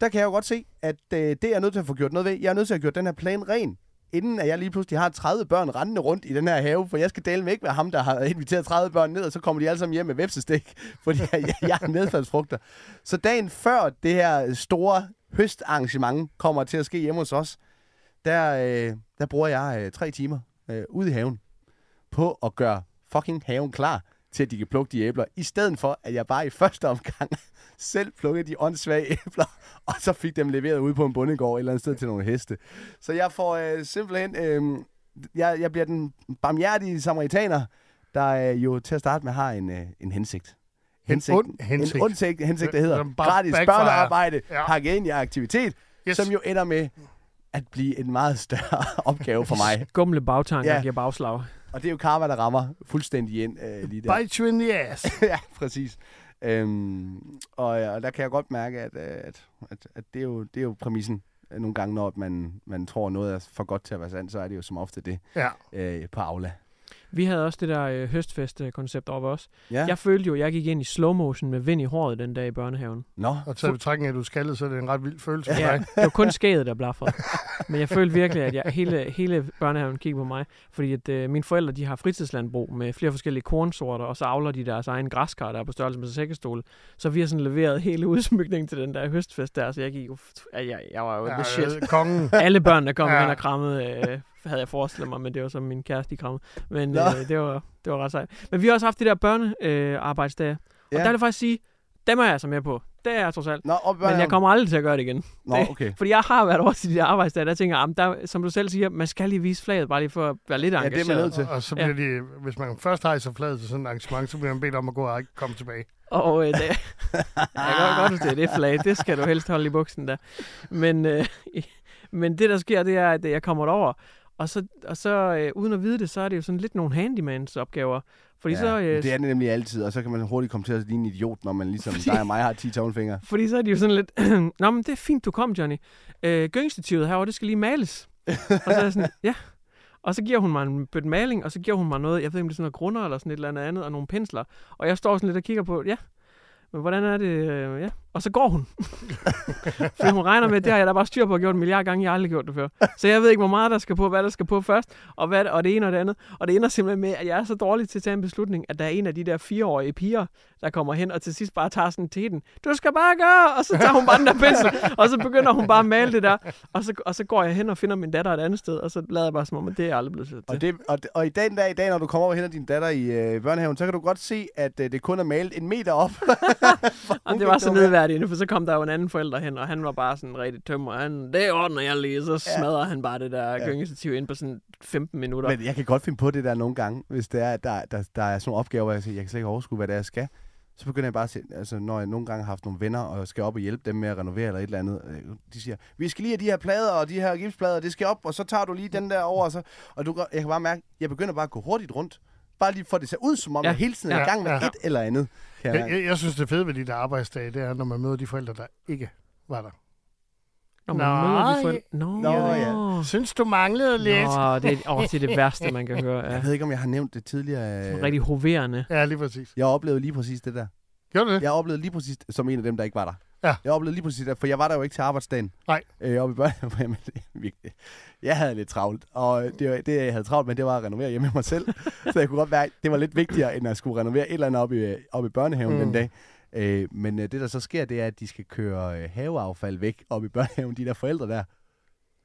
Speaker 1: Der kan jeg jo godt se, at øh, det er jeg nødt til at få gjort noget ved. Jeg er nødt til at have gjort den her plan ren, inden at jeg lige pludselig har 30 børn rendende rundt i den her have, for jeg skal dele med ikke være ham, der har inviteret 30 børn ned, og så kommer de alle sammen hjem (laughs) med vepsestik, fordi jeg, jeg, jeg har nedfaldsfrugter. Så dagen før det her store høstarrangement kommer til at ske hjemme hos os, der, øh, der bruger jeg øh, tre timer øh, ude i haven på at gøre fucking haven klar til, at de kan plukke de æbler, i stedet for, at jeg bare i første omgang (laughs) selv plukkede de åndssvage (laughs) æbler, og så fik dem leveret ude på en bondegård et eller andet sted til nogle heste. Så jeg får øh, simpelthen... Øh, jeg, jeg bliver den barmhjertige samaritaner, der øh, jo til at starte med har en, øh, en hensigt.
Speaker 2: En ond hensigt.
Speaker 1: En ond hensigt, hensigt der hedder
Speaker 2: Som bare
Speaker 1: gratis
Speaker 2: backfire.
Speaker 1: børnearbejde,
Speaker 2: Ja.
Speaker 1: ja. pakket ind i aktivitet,
Speaker 2: Yes.
Speaker 1: yes. som jo ender med at blive en meget større (laughs) opgave for mig.
Speaker 3: Skumle bagtanker
Speaker 1: Ja.
Speaker 3: yeah. giver bagslag.
Speaker 1: Og det er jo karma, der rammer fuldstændig ind øh, lige der.
Speaker 2: Bite you in the ass.
Speaker 1: (laughs) ja, præcis. Øhm, og, ja, og der kan jeg godt mærke, at, øh, at, at, at det, er jo, det er jo præmissen øh, nogle gange, når man, man tror, noget er for godt til at være sandt, så er det jo som ofte det
Speaker 2: Ja.
Speaker 1: øh, på Aula.
Speaker 3: Vi havde også det der øh, høstfest-koncept over os.
Speaker 1: Ja.
Speaker 3: Jeg følte jo, at jeg gik ind i slow motion med vind i håret den dag i børnehaven.
Speaker 1: Nå,
Speaker 2: Og taget i betragtning, af, at du skaldede, så er det en ret vild følelse for dig.
Speaker 3: Det var kun skæget, der blaffede. Men jeg følte virkelig, at jeg, hele, hele børnehaven kiggede på mig. Fordi at, øh, mine forældre de har fritidslandbrug med flere forskellige kornsorter, og så avler de deres egen græskar, der er på størrelse med sækkestol. Så vi har sådan leveret hele (laughs) udsmykningen til den der høstfest der, så jeg gik jo... altså, Jeg, jeg, jeg var jo ja, the shit.
Speaker 2: øh, Kongen.
Speaker 3: (laughs) Alle børnene kom
Speaker 2: Ja.
Speaker 3: ja. hen og krammede, øh, havde jeg forestillet mig, men det var så min kæreste, de krammede. Men
Speaker 1: Nå.
Speaker 3: øh, det, var, det var ret sejt. Men vi har også haft det der børnearbejdsdage, øh, arbejdsdage. og
Speaker 1: Ja.
Speaker 3: der vil jeg faktisk sige, dem er jeg altså med på. Det er jeg trods alt.
Speaker 1: Nå op øh,
Speaker 3: Men jeg kommer aldrig til at gøre det igen.
Speaker 1: Nå,
Speaker 3: det-
Speaker 1: okay.
Speaker 3: Fordi jeg har været over til de der arbejdsdage, der tænker jeg, "Ah, men der, som du selv siger, man skal lige vise flaget, bare lige for at være lidt
Speaker 1: Ja, det
Speaker 3: engageret.
Speaker 1: er man nødt til.
Speaker 2: Og så bliver de, hvis man først har så flad til sådan et arrangement, så bliver man bedt om at gå og ikke komme tilbage.
Speaker 3: Og
Speaker 2: (laughs)
Speaker 3: øh, det, jeg kan godt huske, det er det flag. Det skal du helst holde i buksen der. Men, øh, (laughs) men det, der sker, det er, at jeg kommer derover, og så, og så øh, uden at vide det, så er det jo sådan lidt nogle handymans opgaver. Fordi, ja, så, øh,
Speaker 1: det er det nemlig altid, og så kan man hurtigt komme til at ligne en idiot, når man ligesom dig og mig har 10
Speaker 3: (laughs)
Speaker 1: tommelfingre.
Speaker 3: fordi så er de jo sådan lidt, (clears throat) Nå, men det er fint, du kom, Johnny. Øh, gyngstativet herovre, det skal lige males. og så er jeg sådan, ja. Og så giver hun mig en bødt maling, og så giver hun mig noget, jeg ved ikke, om det er sådan noget grunder eller sådan et eller andet andet, og nogle pensler. Og jeg står sådan lidt og kigger på, ja, men hvordan er det, øh, ja. Og så går hun. Fordi hun regner med, at det har jeg da bare styr på at gjort en milliard gange, jeg har aldrig gjort det før. Så jeg ved ikke, hvor meget der skal på, hvad der skal på først, og, hvad, og det ene og det andet. Og det ender simpelthen med, at jeg er så dårlig til at tage en beslutning, at der er en af de der fireårige piger, der kommer hen og til sidst bare tager sådan til den. Du skal bare gøre! Og så tager hun bare den der pensel, og så begynder hun bare at male det der. Og så, og så går jeg hen og finder min datter et andet sted, og så lader jeg bare som om, at det er jeg aldrig blevet til.
Speaker 1: Og, det, og, og i dag, den dag i dag, når du kommer over og henter din datter i øh, børnehaven, så kan du godt se, at øh, det kun er malet en meter op. (laughs)
Speaker 3: Jamen, Ah, det var så nedværdigende, for så kom der jo en anden forælder hen, og han var bare sådan rigtig tømmer. Han, det ordner jeg lige, så smadrer ja. han bare det der ja. gyngestativ ind på sådan 15 minutter. Men,
Speaker 1: Men jeg kan godt finde på det der nogle gange, hvis det er, at der, der, der er sådan nogle opgaver, hvor jeg siger, jeg kan slet ikke overskue, hvad det er, jeg skal. Så begynder jeg bare at se, altså når jeg nogle gange har haft nogle venner, og skal op og hjælpe dem med at renovere eller et eller andet, øh, de siger, vi skal lige have de her plader og de her gipsplader, det skal op, og så tager du lige den der over, og, så, og du, gør- jeg kan bare mærke, jeg begynder bare at gå hurtigt rundt. Bare lige for at det ser ud, som om
Speaker 3: Ja.
Speaker 1: ja. jeg hele tiden er
Speaker 2: Ja,
Speaker 1: i gang med
Speaker 2: ja.
Speaker 1: ja. et eller andet. Kan jeg
Speaker 2: Jeg,
Speaker 1: mærke.
Speaker 2: jeg, jeg synes, det fede ved de der arbejdsdage, det er, når man møder de forældre, der ikke var der.
Speaker 3: Når man møder
Speaker 2: nej.
Speaker 3: de forældre... Nå,
Speaker 1: Nå, ja.
Speaker 2: Synes du manglede lidt?
Speaker 3: Nå, det er, åh, det, er det værste, man kan høre. Ja.
Speaker 1: jeg ved ikke, om jeg har nævnt det tidligere. øh,
Speaker 3: Rigtig hoverende.
Speaker 2: Ja, lige præcis.
Speaker 1: Jeg oplevede lige præcis det der.
Speaker 2: Gjorde du det?
Speaker 1: Jeg oplevede lige præcis, som en af dem, der ikke var der.
Speaker 2: Øh. Ja.
Speaker 1: Jeg oplevede lige præcis det, for jeg var der jo ikke til arbejdsdagen.
Speaker 2: Nej.
Speaker 1: Øh, oppe i (laughs) børnehaven. men det- virkelig. jeg havde lidt travlt, og det, var- det, jeg havde travlt med, det var at renovere hjemme med mig
Speaker 2: (laughs)
Speaker 1: selv. så jeg kunne godt være, det var lidt vigtigere, end at skulle renovere et eller andet oppe i, oppe i børnehaven mm. den dag. Øh, men øh, det, der så sker, det er, at de skal køre øh, haveaffald væk oppe i børnehaven, de der forældre der.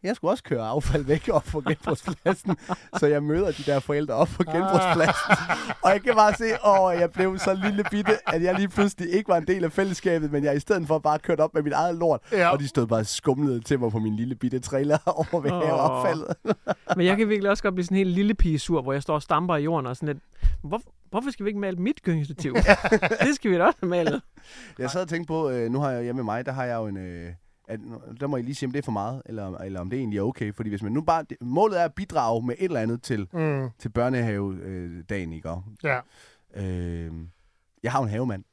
Speaker 1: Jeg skulle også køre affald væk op på genbrugspladsen, så jeg møder de der forældre op på genbrugspladsen. Og jeg kan bare se, at jeg blev så lille bitte, at jeg lige pludselig ikke var en del af fællesskabet, men jeg i stedet for bare kørte op med mit eget lort.
Speaker 2: Ja.
Speaker 1: Og de stod bare og skumlede til mig på min lille bitte trailer over ved
Speaker 3: Åh.
Speaker 1: oh. haveaffaldet.
Speaker 3: Men jeg kan virkelig også godt blive sådan en helt lille pige sur, hvor jeg står og stamper i jorden og sådan lidt... Hvor, hvorfor skal vi ikke male mit
Speaker 2: (laughs)
Speaker 3: gyngestativ? det skal vi da også have malet.
Speaker 1: Jeg sad og tænkte på, øh, nu har jeg hjemme med mig, der har jeg jo en... Øh, at, der må I lige sige, om det er for meget, eller, eller om det egentlig er okay. Fordi hvis man nu bare... det- Målet er at bidrage med et eller andet til,
Speaker 2: Mm,
Speaker 1: til børnehavedagen, øh, dagen, ikke? Og,
Speaker 2: ja.
Speaker 1: Øh, jeg har jo en havemand.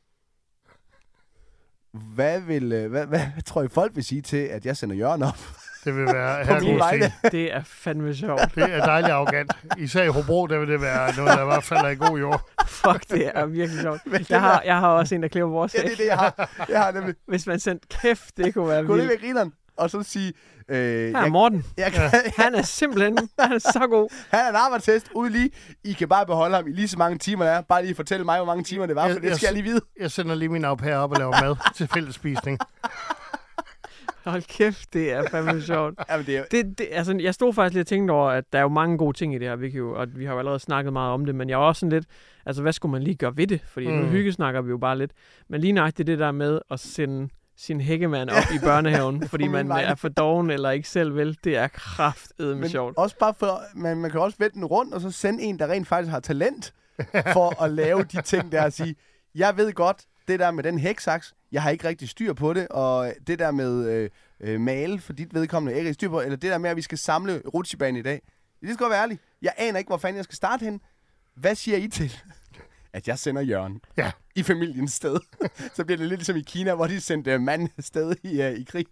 Speaker 1: Hvad, vil, øh, hvad, hvad, hvad tror I, folk vil sige til, at jeg sender Jørgen op? (laughs)
Speaker 2: Det vil være her
Speaker 3: min
Speaker 2: god
Speaker 3: Det er fandme sjovt.
Speaker 2: Det er dejligt arrogant. Især i Hobro, der vil det være noget, der i hvert fald er i god jord.
Speaker 3: Fuck, det er virkelig sjovt. Jeg har, jeg har også en, der klipper vores
Speaker 1: Ja,
Speaker 3: hæk.
Speaker 1: det er det, jeg har. Jeg har nemlig.
Speaker 3: Hvis man sendte kæft, det kunne være
Speaker 1: Kunne det
Speaker 3: vildt.
Speaker 1: være grineren? Og så sige... Øh,
Speaker 3: Her er
Speaker 1: jeg,
Speaker 3: Morten.
Speaker 1: jeg, kan,
Speaker 3: Han er simpelthen han er så god.
Speaker 1: han er en arbejdstest ude lige. I kan bare beholde ham i lige så mange timer, der er. Bare lige fortælle mig, hvor mange timer det var, for
Speaker 2: Jeg-
Speaker 1: det skal jeg lige vide.
Speaker 8: (laughs)
Speaker 2: Jeg sender lige min au pair op og laver mad til fællesspisning.
Speaker 8: Hold kæft, det er fandme sjovt.
Speaker 9: Jamen, det er,
Speaker 8: Det, det, altså, jeg stod faktisk lige og tænkte over, at der er jo mange gode ting i det her, vi kan jo, og vi har jo allerede snakket meget om det, men jeg er også sådan lidt, altså hvad skulle man lige gøre ved det? Fordi mm. nu
Speaker 3: Mm.
Speaker 8: hyggesnakker vi jo bare lidt. Men lige nøjagtigt det der med at sende sin hækkemand op i børnehaven, fordi
Speaker 1: min
Speaker 8: man
Speaker 1: vej.
Speaker 8: er for doven eller ikke selv vil, det er kraftedme
Speaker 1: Men
Speaker 8: sjovt.
Speaker 1: også bare for, man, man kan også vende den rundt, og så sende en, der rent faktisk har talent for at lave de ting der, og sige, jeg ved godt, det der med den hæksaks, jeg har ikke rigtig styr på det, og det der med øh, øh, male, for dit vedkommende, jeg har ikke rigtig styr på, eller det der med, at vi skal samle rutsjebanen i dag. Det skal godt være ærlig. Jeg aner ikke, hvor fanden jeg skal starte hen. Hvad siger I til? At jeg sender Jørgen
Speaker 3: Ja.
Speaker 1: i familiens sted. (laughs) så bliver det lidt ligesom i Kina, hvor de sendte øh, mand sted i, øh, i krig.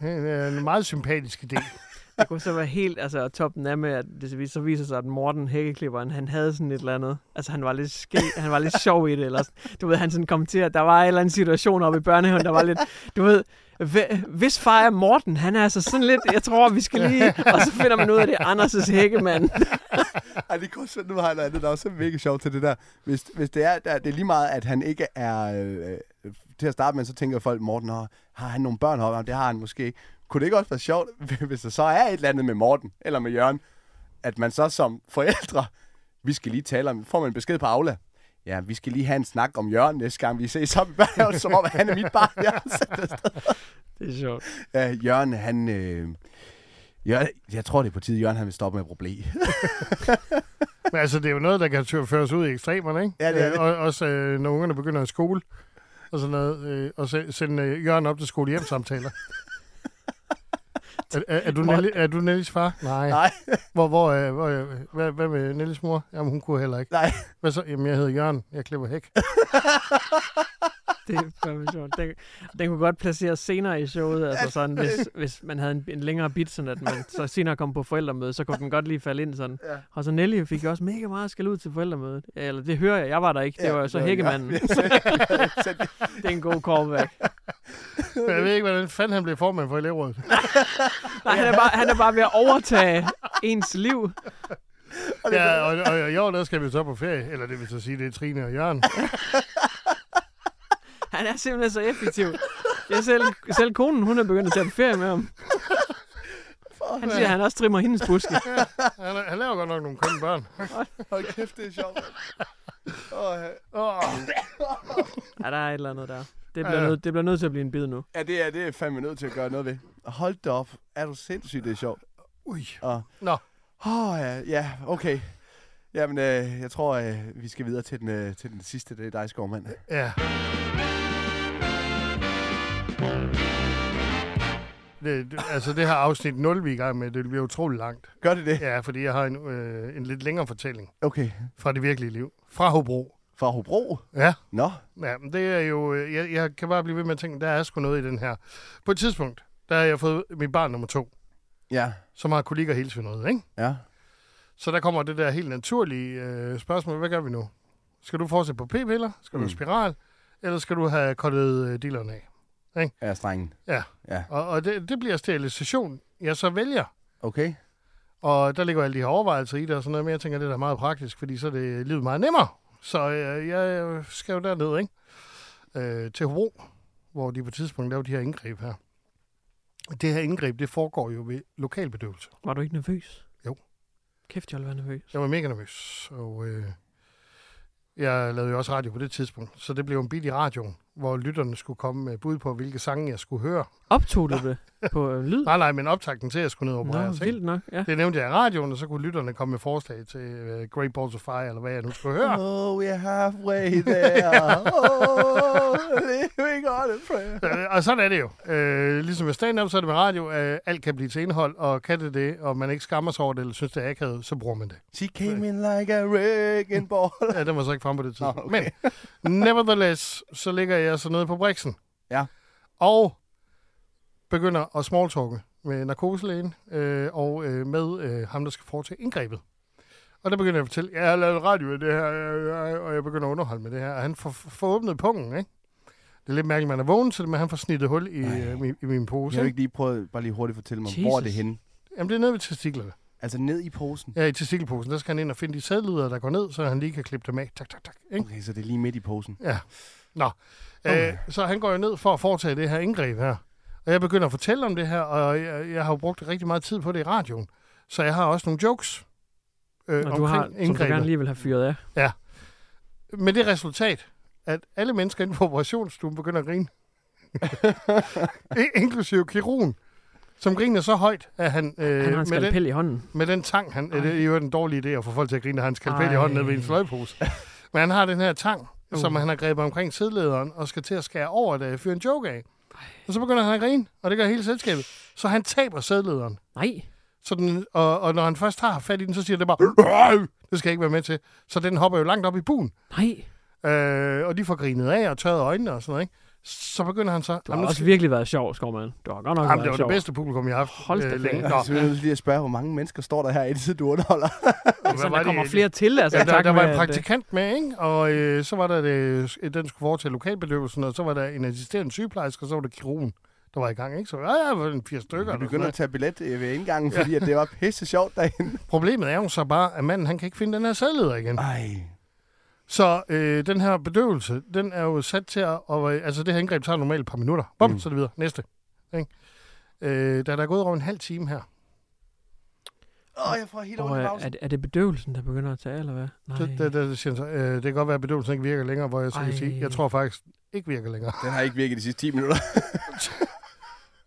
Speaker 3: Det er en meget sympatisk idé.
Speaker 8: (laughs) Det kunne så være helt, altså toppen af med, at det så vis- så viser sig, at Morten Hækkeklipperen, han havde sådan et eller andet. Altså han var lidt ske, han var lidt sjov i det, eller sådan. Du ved, han sådan kom til, at der var en eller anden situation oppe i børnehaven, der var lidt, du ved, "Hve- hvis far er Morten, han er altså sådan lidt, jeg tror, vi skal lige, og så finder man ud af det, er Anders' hækkemand. (laughs)
Speaker 1: Ej, det kunne også, nu har jeg noget andet, der er også mega sjovt til det der. Hvis, hvis det, er, der, det er lige meget, at han ikke er... Øh, øh, til at starte med, så tænker folk, Morten, "Nå, har han nogle børn heroppe? Jamen, Det har han måske ikke. Kunne det ikke også være sjovt, (laughs) hvis der så er et eller andet med Morten, eller med Jørgen, at man så som forældre, vi skal lige tale om, får man en besked på Aula, ja, vi skal lige have en snak om Jørgen næste gang, vi ses sammen (laughs) i børnehaven, som om han er mit barn, jeg har sendt afsted.
Speaker 8: Det er sjovt.
Speaker 1: Øh, Jørgen, han... Øh, Jørgen, jeg tror, det er på tide, Jørgen han vil stoppe med at bruge blæ.
Speaker 3: Men altså, det er jo noget, der kan tør- føres ud i ekstremerne, ikke?
Speaker 1: Ja, det er det.
Speaker 3: Øh, Og, også øh, når ungerne begynder i skole og sådan noget, øh, og se- sende øh, Jørgen op til skole hjem
Speaker 1: (laughs)
Speaker 3: samtaler. er, er, er, du Nelly, er du Nellys far? Nej.
Speaker 1: Nej.
Speaker 3: (laughs) Hvor, hvor, øh, hvor, øh, hvad, hvad med Nellys mor? Jamen, hun kunne heller ikke.
Speaker 1: Nej.
Speaker 3: Hvad så? Jamen, jeg hedder Jørgen. Jeg klipper hæk.
Speaker 1: (laughs)
Speaker 8: Det er fandme sjovt. Den, den kunne godt placeres senere i showet, altså sådan, hvis, hvis man havde en, en længere bit, sådan at man så senere kom på forældremøde, så kunne den godt lige falde ind sådan. Ja. Og så Nelly fik jo også mega meget skal ud til forældremødet. Ja, Eller det hører jeg, jeg var der ikke, det var jo så hækkemanden. (laughs) det er en god callback.
Speaker 3: Men jeg ved ikke, hvordan fanden han blev formand for elevrådet.
Speaker 8: (laughs) Nej, han er bare, han er bare ved at overtage ens liv.
Speaker 3: Ja, og, og, og i år, der skal vi så på ferie. Eller det vil så sige, det er Trine og Jørgen.
Speaker 8: (laughs) Han er simpelthen så effektiv. Jeg selv, selv konen, hun er begyndt at tage på ferie med ham. Han siger, at han også trimmer hendes buske.
Speaker 3: Han, han laver godt nok nogle kønne
Speaker 1: (laughs)
Speaker 3: børn.
Speaker 1: Hold kæft, det er sjovt. Oh,
Speaker 3: Åh.
Speaker 8: Ja, der er et eller andet der. Det bliver, nødt, det bliver nødt til at blive en bid nu.
Speaker 1: ja, det er, det er fandme nødt til at gøre noget ved. Hold da op. Er du sindssygt, det er sjovt.
Speaker 3: Ui.
Speaker 1: Og-
Speaker 3: Nå,
Speaker 1: Åh, oh, ja, ja, okay. Jamen, øh, jeg tror, øh, vi skal videre til den, øh, til den sidste. Det er dig, skovmand.
Speaker 3: ja. Det, det- altså det her afsnit 0, vi er i gang med, det bliver utrolig langt.
Speaker 1: Gør det det?
Speaker 3: Ja, fordi jeg har en, øh, en lidt længere fortælling
Speaker 1: Okay.
Speaker 3: fra det virkelige liv. Fra Hobro.
Speaker 1: Fra Hobro?
Speaker 3: Ja,
Speaker 1: Nå,
Speaker 3: ja men det er jo... øh, Jeg, jeg kan bare blive ved med at tænke, der er sgu noget i den her. På et tidspunkt, der har jeg fået mit barn nummer to,
Speaker 1: ja,
Speaker 3: som har kolik og helsvenød, ikke?
Speaker 1: ja.
Speaker 3: Så der kommer det der helt naturlige øh, spørgsmål. Hvad gør vi nu? Skal du fortsætte på p-piller? Skal du have spiral? Eller skal du have kottet øh, dealeren af?
Speaker 1: Ja, strengen.
Speaker 3: Ja.
Speaker 1: Ja.
Speaker 3: Og, og det, det bliver sterilisation, jeg så vælger.
Speaker 1: Okay.
Speaker 3: Og der ligger jo alle de her overvejelser i det og sådan noget, men jeg tænker, det er da meget praktisk, fordi så er det livet meget nemmere. Så øh, jeg skal jo derned, ikke? Øh, til Hobro, hvor de på et tidspunkt laver de her indgreb her. Det her indgreb, det foregår jo ved lokalbedøvelse.
Speaker 8: Var du ikke nervøs?
Speaker 3: Jo.
Speaker 8: Kæft, jeg ville være nervøs.
Speaker 3: Jeg var mega nervøs, og øh, jeg lavede jo også radio på det tidspunkt, så det blev en bid i radioen, hvor lytterne skulle komme med bud på, hvilke sange jeg skulle høre.
Speaker 8: Optog du det på
Speaker 3: (laughs)
Speaker 8: øh, lyd?
Speaker 3: Nej, nej, men optagten til, at jeg skulle ned og
Speaker 8: Nå,
Speaker 3: opereres, ikke?
Speaker 8: vildt nok. Ja.
Speaker 3: Det nævnte jeg i radioen, og så kunne lytterne komme med forslag til øh, Great Balls of Fire, eller hvad jeg nu skulle høre.
Speaker 1: Oh, we're halfway there. Oh, (laughs) living on a prayer.
Speaker 3: Øh, og sådan er det jo. Øh, ligesom med stand-up, så er det med radio, øh, alt kan blive til indhold, og kan det det, og man ikke skammer sig over det, eller synes, det er akavet, så bruger man det.
Speaker 1: She came in like a wrecking ball.
Speaker 3: Ja, den var så ikke fremme på det tidspunkt.
Speaker 1: Nå, okay.
Speaker 3: Men nevertheless, så ligger jeg så nede på Brixen.
Speaker 1: Ja.
Speaker 3: Og begynder at smalltalke med narkoselægen øh, og øh, med øh, ham, der skal foretage indgrebet. Og der begynder jeg at fortælle, jeg har lavet radio i det her, øh, øh, og jeg begynder at underholde med det her. Og han får, får åbnet pungen, ikke? Det er lidt mærkeligt, man er vågen til det, men han får snittet hul i, øh, min, i min pose.
Speaker 1: Jeg vil
Speaker 3: Ikke?
Speaker 1: ikke lige prøve, bare lige hurtigt fortælle mig, Jesus. hvor er det
Speaker 8: Jesus.
Speaker 1: henne?
Speaker 3: Jamen, det er nede ved testiklerne.
Speaker 1: Altså ned i posen?
Speaker 3: Ja, i testikelposen. Der skal han ind og finde de sædleder, der går ned, så han lige kan klippe dem af. Tak, tak, tak. Ikke?
Speaker 1: Okay, så det er lige midt i posen.
Speaker 3: Ja. Nå. Øh, så han går jo ned for at foretage det her indgreb her. Og jeg begynder at fortælle om det her, og jeg, jeg har jo brugt rigtig meget tid på det i radioen. Så jeg har også nogle jokes øh,
Speaker 10: Og du har,
Speaker 3: omkring
Speaker 10: som du
Speaker 3: indgrebet.
Speaker 10: gerne lige vil have fyret af.
Speaker 3: Med det resultat, at alle mennesker inde på operationsstuen begynder at grine. I- Inklusive kirurgen, som griner så højt, at han, øh,
Speaker 10: Han har en
Speaker 3: med, den,
Speaker 10: skalpel i hånden.
Speaker 3: med den tang, han,
Speaker 10: Ej.
Speaker 3: øh, det er jo en dårlig idé at få folk til at grine, at han skalpel i
Speaker 10: Ej.
Speaker 3: hånden nede ved en fløjpose. Men han har den her tang,
Speaker 10: Uh.
Speaker 3: som han har grebet omkring sidelederen, og skal til at skære over, da jeg fyrer en joke af. Og så begynder han at grine, og det gør hele selskabet. Så han taber sædlederen.
Speaker 10: Nej.
Speaker 3: Så den, og, og når han først har fat i den, så siger det bare, "Øj, det skal jeg ikke være med til. Så den hopper jo langt op i buen.
Speaker 10: Nej.
Speaker 3: Øh, og de får grinet af og tørret øjnene og sådan noget. Ikke? Så begynder han så...
Speaker 10: Du har
Speaker 3: nu
Speaker 10: også
Speaker 3: skal-
Speaker 10: virkelig været sjov, Skovman. Du har godt nok
Speaker 3: jamen,
Speaker 10: været
Speaker 3: det var
Speaker 10: sjov.
Speaker 3: det bedste publikum, jeg har haft
Speaker 10: Hold da
Speaker 3: øh,
Speaker 10: kæft.
Speaker 3: længe. Nå,
Speaker 1: Jeg skal lige at spørge, hvor mange mennesker står der her, indtil du underholder.
Speaker 3: hvad
Speaker 10: Så
Speaker 3: var
Speaker 10: der
Speaker 3: det?
Speaker 10: kommer flere til, altså.
Speaker 3: Ja,
Speaker 10: i
Speaker 3: der,
Speaker 10: takt
Speaker 3: der var
Speaker 10: med,
Speaker 3: en
Speaker 10: at, øh,
Speaker 3: praktikant med, ikke? og øh, så var der det, den skulle foretage lokalbedøvelsen, og så var der en assisterende sygeplejerske, og så var der kirurgen, der var i gang. Ikke? Så ja, ja, var en fire stykker.
Speaker 1: Vi
Speaker 3: eller sådan
Speaker 1: begynder at
Speaker 3: noget.
Speaker 1: tage billet øh, ved indgangen, fordi at det var pisse sjovt derinde.
Speaker 3: Problemet er jo så bare, at manden han kan ikke finde den her sædleder igen.
Speaker 1: Ej.
Speaker 3: Så øh, den her bedøvelse, den er jo sat til at... Og, øh, altså, det her indgreb tager normalt et par minutter. Bum, mm. så er det videre. Næste. Ikke? Øh, da der er gået over en halv time her,
Speaker 1: Åh, oh, jeg får helt
Speaker 10: Og
Speaker 1: ondt i
Speaker 10: er,
Speaker 1: pausen.
Speaker 10: er, det- er det bedøvelsen, der begynder at tale, eller hvad? Nej.
Speaker 3: så, der, der, siger han så, øh, det kan godt være, at bedøvelsen ikke virker længere, hvor jeg så
Speaker 10: Ej.
Speaker 3: kan sige, jeg tror faktisk ikke virker længere. (laughs)
Speaker 1: Den har ikke virket de sidste 10 minutter.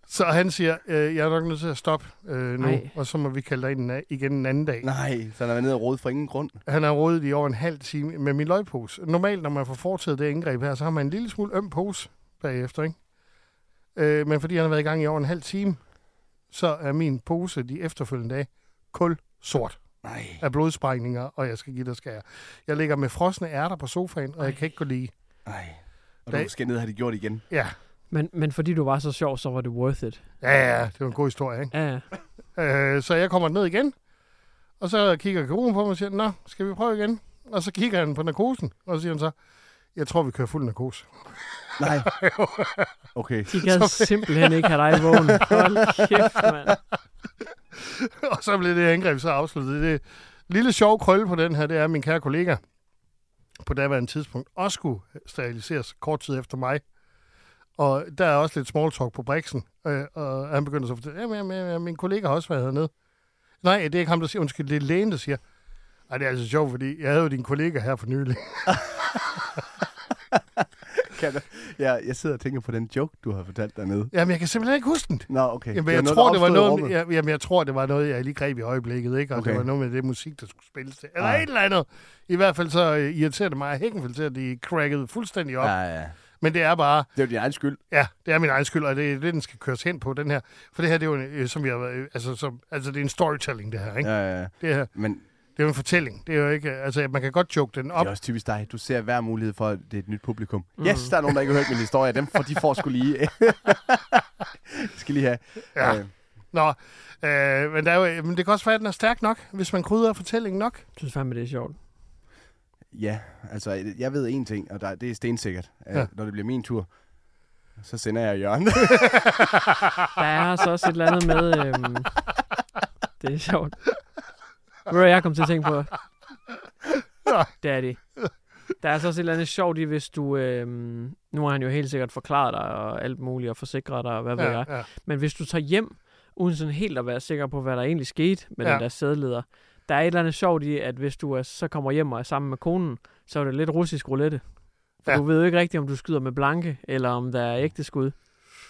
Speaker 3: Så han siger, øh, jeg er nok nødt til at stoppe øh, nu,
Speaker 10: Ej.
Speaker 3: Ej. og så må vi kalde dig ind en a- igen en anden dag.
Speaker 1: (laughs) Nej, så han har været nede og rode for ingen grund.
Speaker 3: Han har rodet i over en halv time med min løgpose. Normalt, når man får foretaget det indgreb her, så har man en lille smule øm pose bagefter, ikke? Øh, men fordi han har været i gang i over en halv time, så er min pose de efterfølgende dage kul sort
Speaker 1: Nej.
Speaker 3: af blodsprængninger, og jeg skal give dig skære. Jeg ligger med frosne ærter på sofaen, og jeg kan ikke gå lige.
Speaker 1: Nej. Og
Speaker 3: Da-
Speaker 1: du skal ned og have det gjort igen.
Speaker 3: Ja,
Speaker 10: Men, men fordi du var så sjov, så var det worth it.
Speaker 3: ja, ja, det var en god historie, ikke?
Speaker 10: Ja, ja.
Speaker 3: Øh, så jeg kommer ned igen, og så kigger kirurgen på mig og siger, Nå, skal vi prøve igen? Og så kigger han på narkosen, og så siger han så, jeg tror, vi kører fuld narkose. (laughs)
Speaker 1: Nej. Okay.
Speaker 10: de gad simpelthen ikke have dig vågen. Hold kæft, mand.
Speaker 3: (laughs) og så blev det angreb så afsluttet. Det lille sjov krølle på den her, det er, at min kære kollega på daværende tidspunkt også skulle steriliseres kort tid efter mig. Og der er også lidt small talk på Brixen, øh, og han begynder så at fortælle, jamen, jamen, jamen, min kollega har også været hernede. Nej, det er ikke ham, der siger, undskyld, det er lægen, der siger. Ej, det er altså sjovt, fordi jeg havde jo din kollega her for nylig. (laughs)
Speaker 1: Kan du? Ja, jeg sidder og tænker på den joke, du har fortalt dernede.
Speaker 3: Jamen, jeg kan simpelthen ikke huske den.
Speaker 1: Nå, okay.
Speaker 3: Jamen,
Speaker 1: var
Speaker 3: jeg,
Speaker 1: noget,
Speaker 3: tror,
Speaker 1: der
Speaker 3: det var
Speaker 1: opstod i
Speaker 3: noget,
Speaker 1: rummet.
Speaker 3: jeg, jamen, jeg tror, det var noget, jeg lige greb i øjeblikket, ikke? Og okay.
Speaker 1: Okay.
Speaker 3: det var noget med det musik, der skulle spilles til. Eller
Speaker 1: Ah.
Speaker 3: et eller andet. I hvert fald så øh, irriterer det mig, at Hækkenfeldt til, at de crackede fuldstændig op.
Speaker 1: Ja,
Speaker 3: Ja.
Speaker 1: ja.
Speaker 3: Men det er bare,
Speaker 1: Det er jo din egen skyld.
Speaker 3: ja, det er min egen skyld, og det er det, den skal køres hen på, den her. For det her, det er jo, en, øh, som vi har været, øh, altså, som, altså, det er en storytelling, det her, ikke? Ja.
Speaker 1: Ja, ja. ja.
Speaker 3: Det, her,
Speaker 1: Øh, Men
Speaker 3: det er jo en fortælling. Det er jo ikke, øh, altså, man kan godt joke den op.
Speaker 1: det er også typisk dig. Du ser hver mulighed for, at det er et nyt publikum. Mm. Yes, der er nogen, der ikke har hørt min historie. Dem får, de får sgu lige. (laughs) skal lige have.
Speaker 3: Ja.
Speaker 1: Øh,
Speaker 3: Nå, øh, men, der er jo, men det kan også være, at den er stærk nok, hvis man krydder fortællingen nok.
Speaker 10: Jeg synes fandme, det er sjovt.
Speaker 1: ja, altså, jeg ved én ting, og der, det er stensikkert.
Speaker 3: Ja.
Speaker 1: Ja. Når det bliver min tur, så sender jeg Jørgen.
Speaker 10: Der er så også et eller andet med... Øhm, det er sjovt. Ved du, hvad jeg kom til at tænke på? Daddy. Der er så også et eller andet sjovt i, hvis du... Øhm, nu har han jo helt sikkert forklaret dig og alt muligt, og forsikret dig og hvad ved jeg.
Speaker 3: ja.
Speaker 10: Men hvis du tager hjem, uden sådan helt at være sikker på, hvad der egentlig skete med
Speaker 3: Ja.
Speaker 10: ja. den der sædleder, der er et eller andet sjovt i, at hvis du er, så kommer hjem og er sammen med konen, så er det lidt russisk roulette. For
Speaker 3: Ja.
Speaker 10: ja. du ved jo ikke rigtigt, om du skyder med blanke, eller om der
Speaker 1: Mm.
Speaker 10: er ægte skud.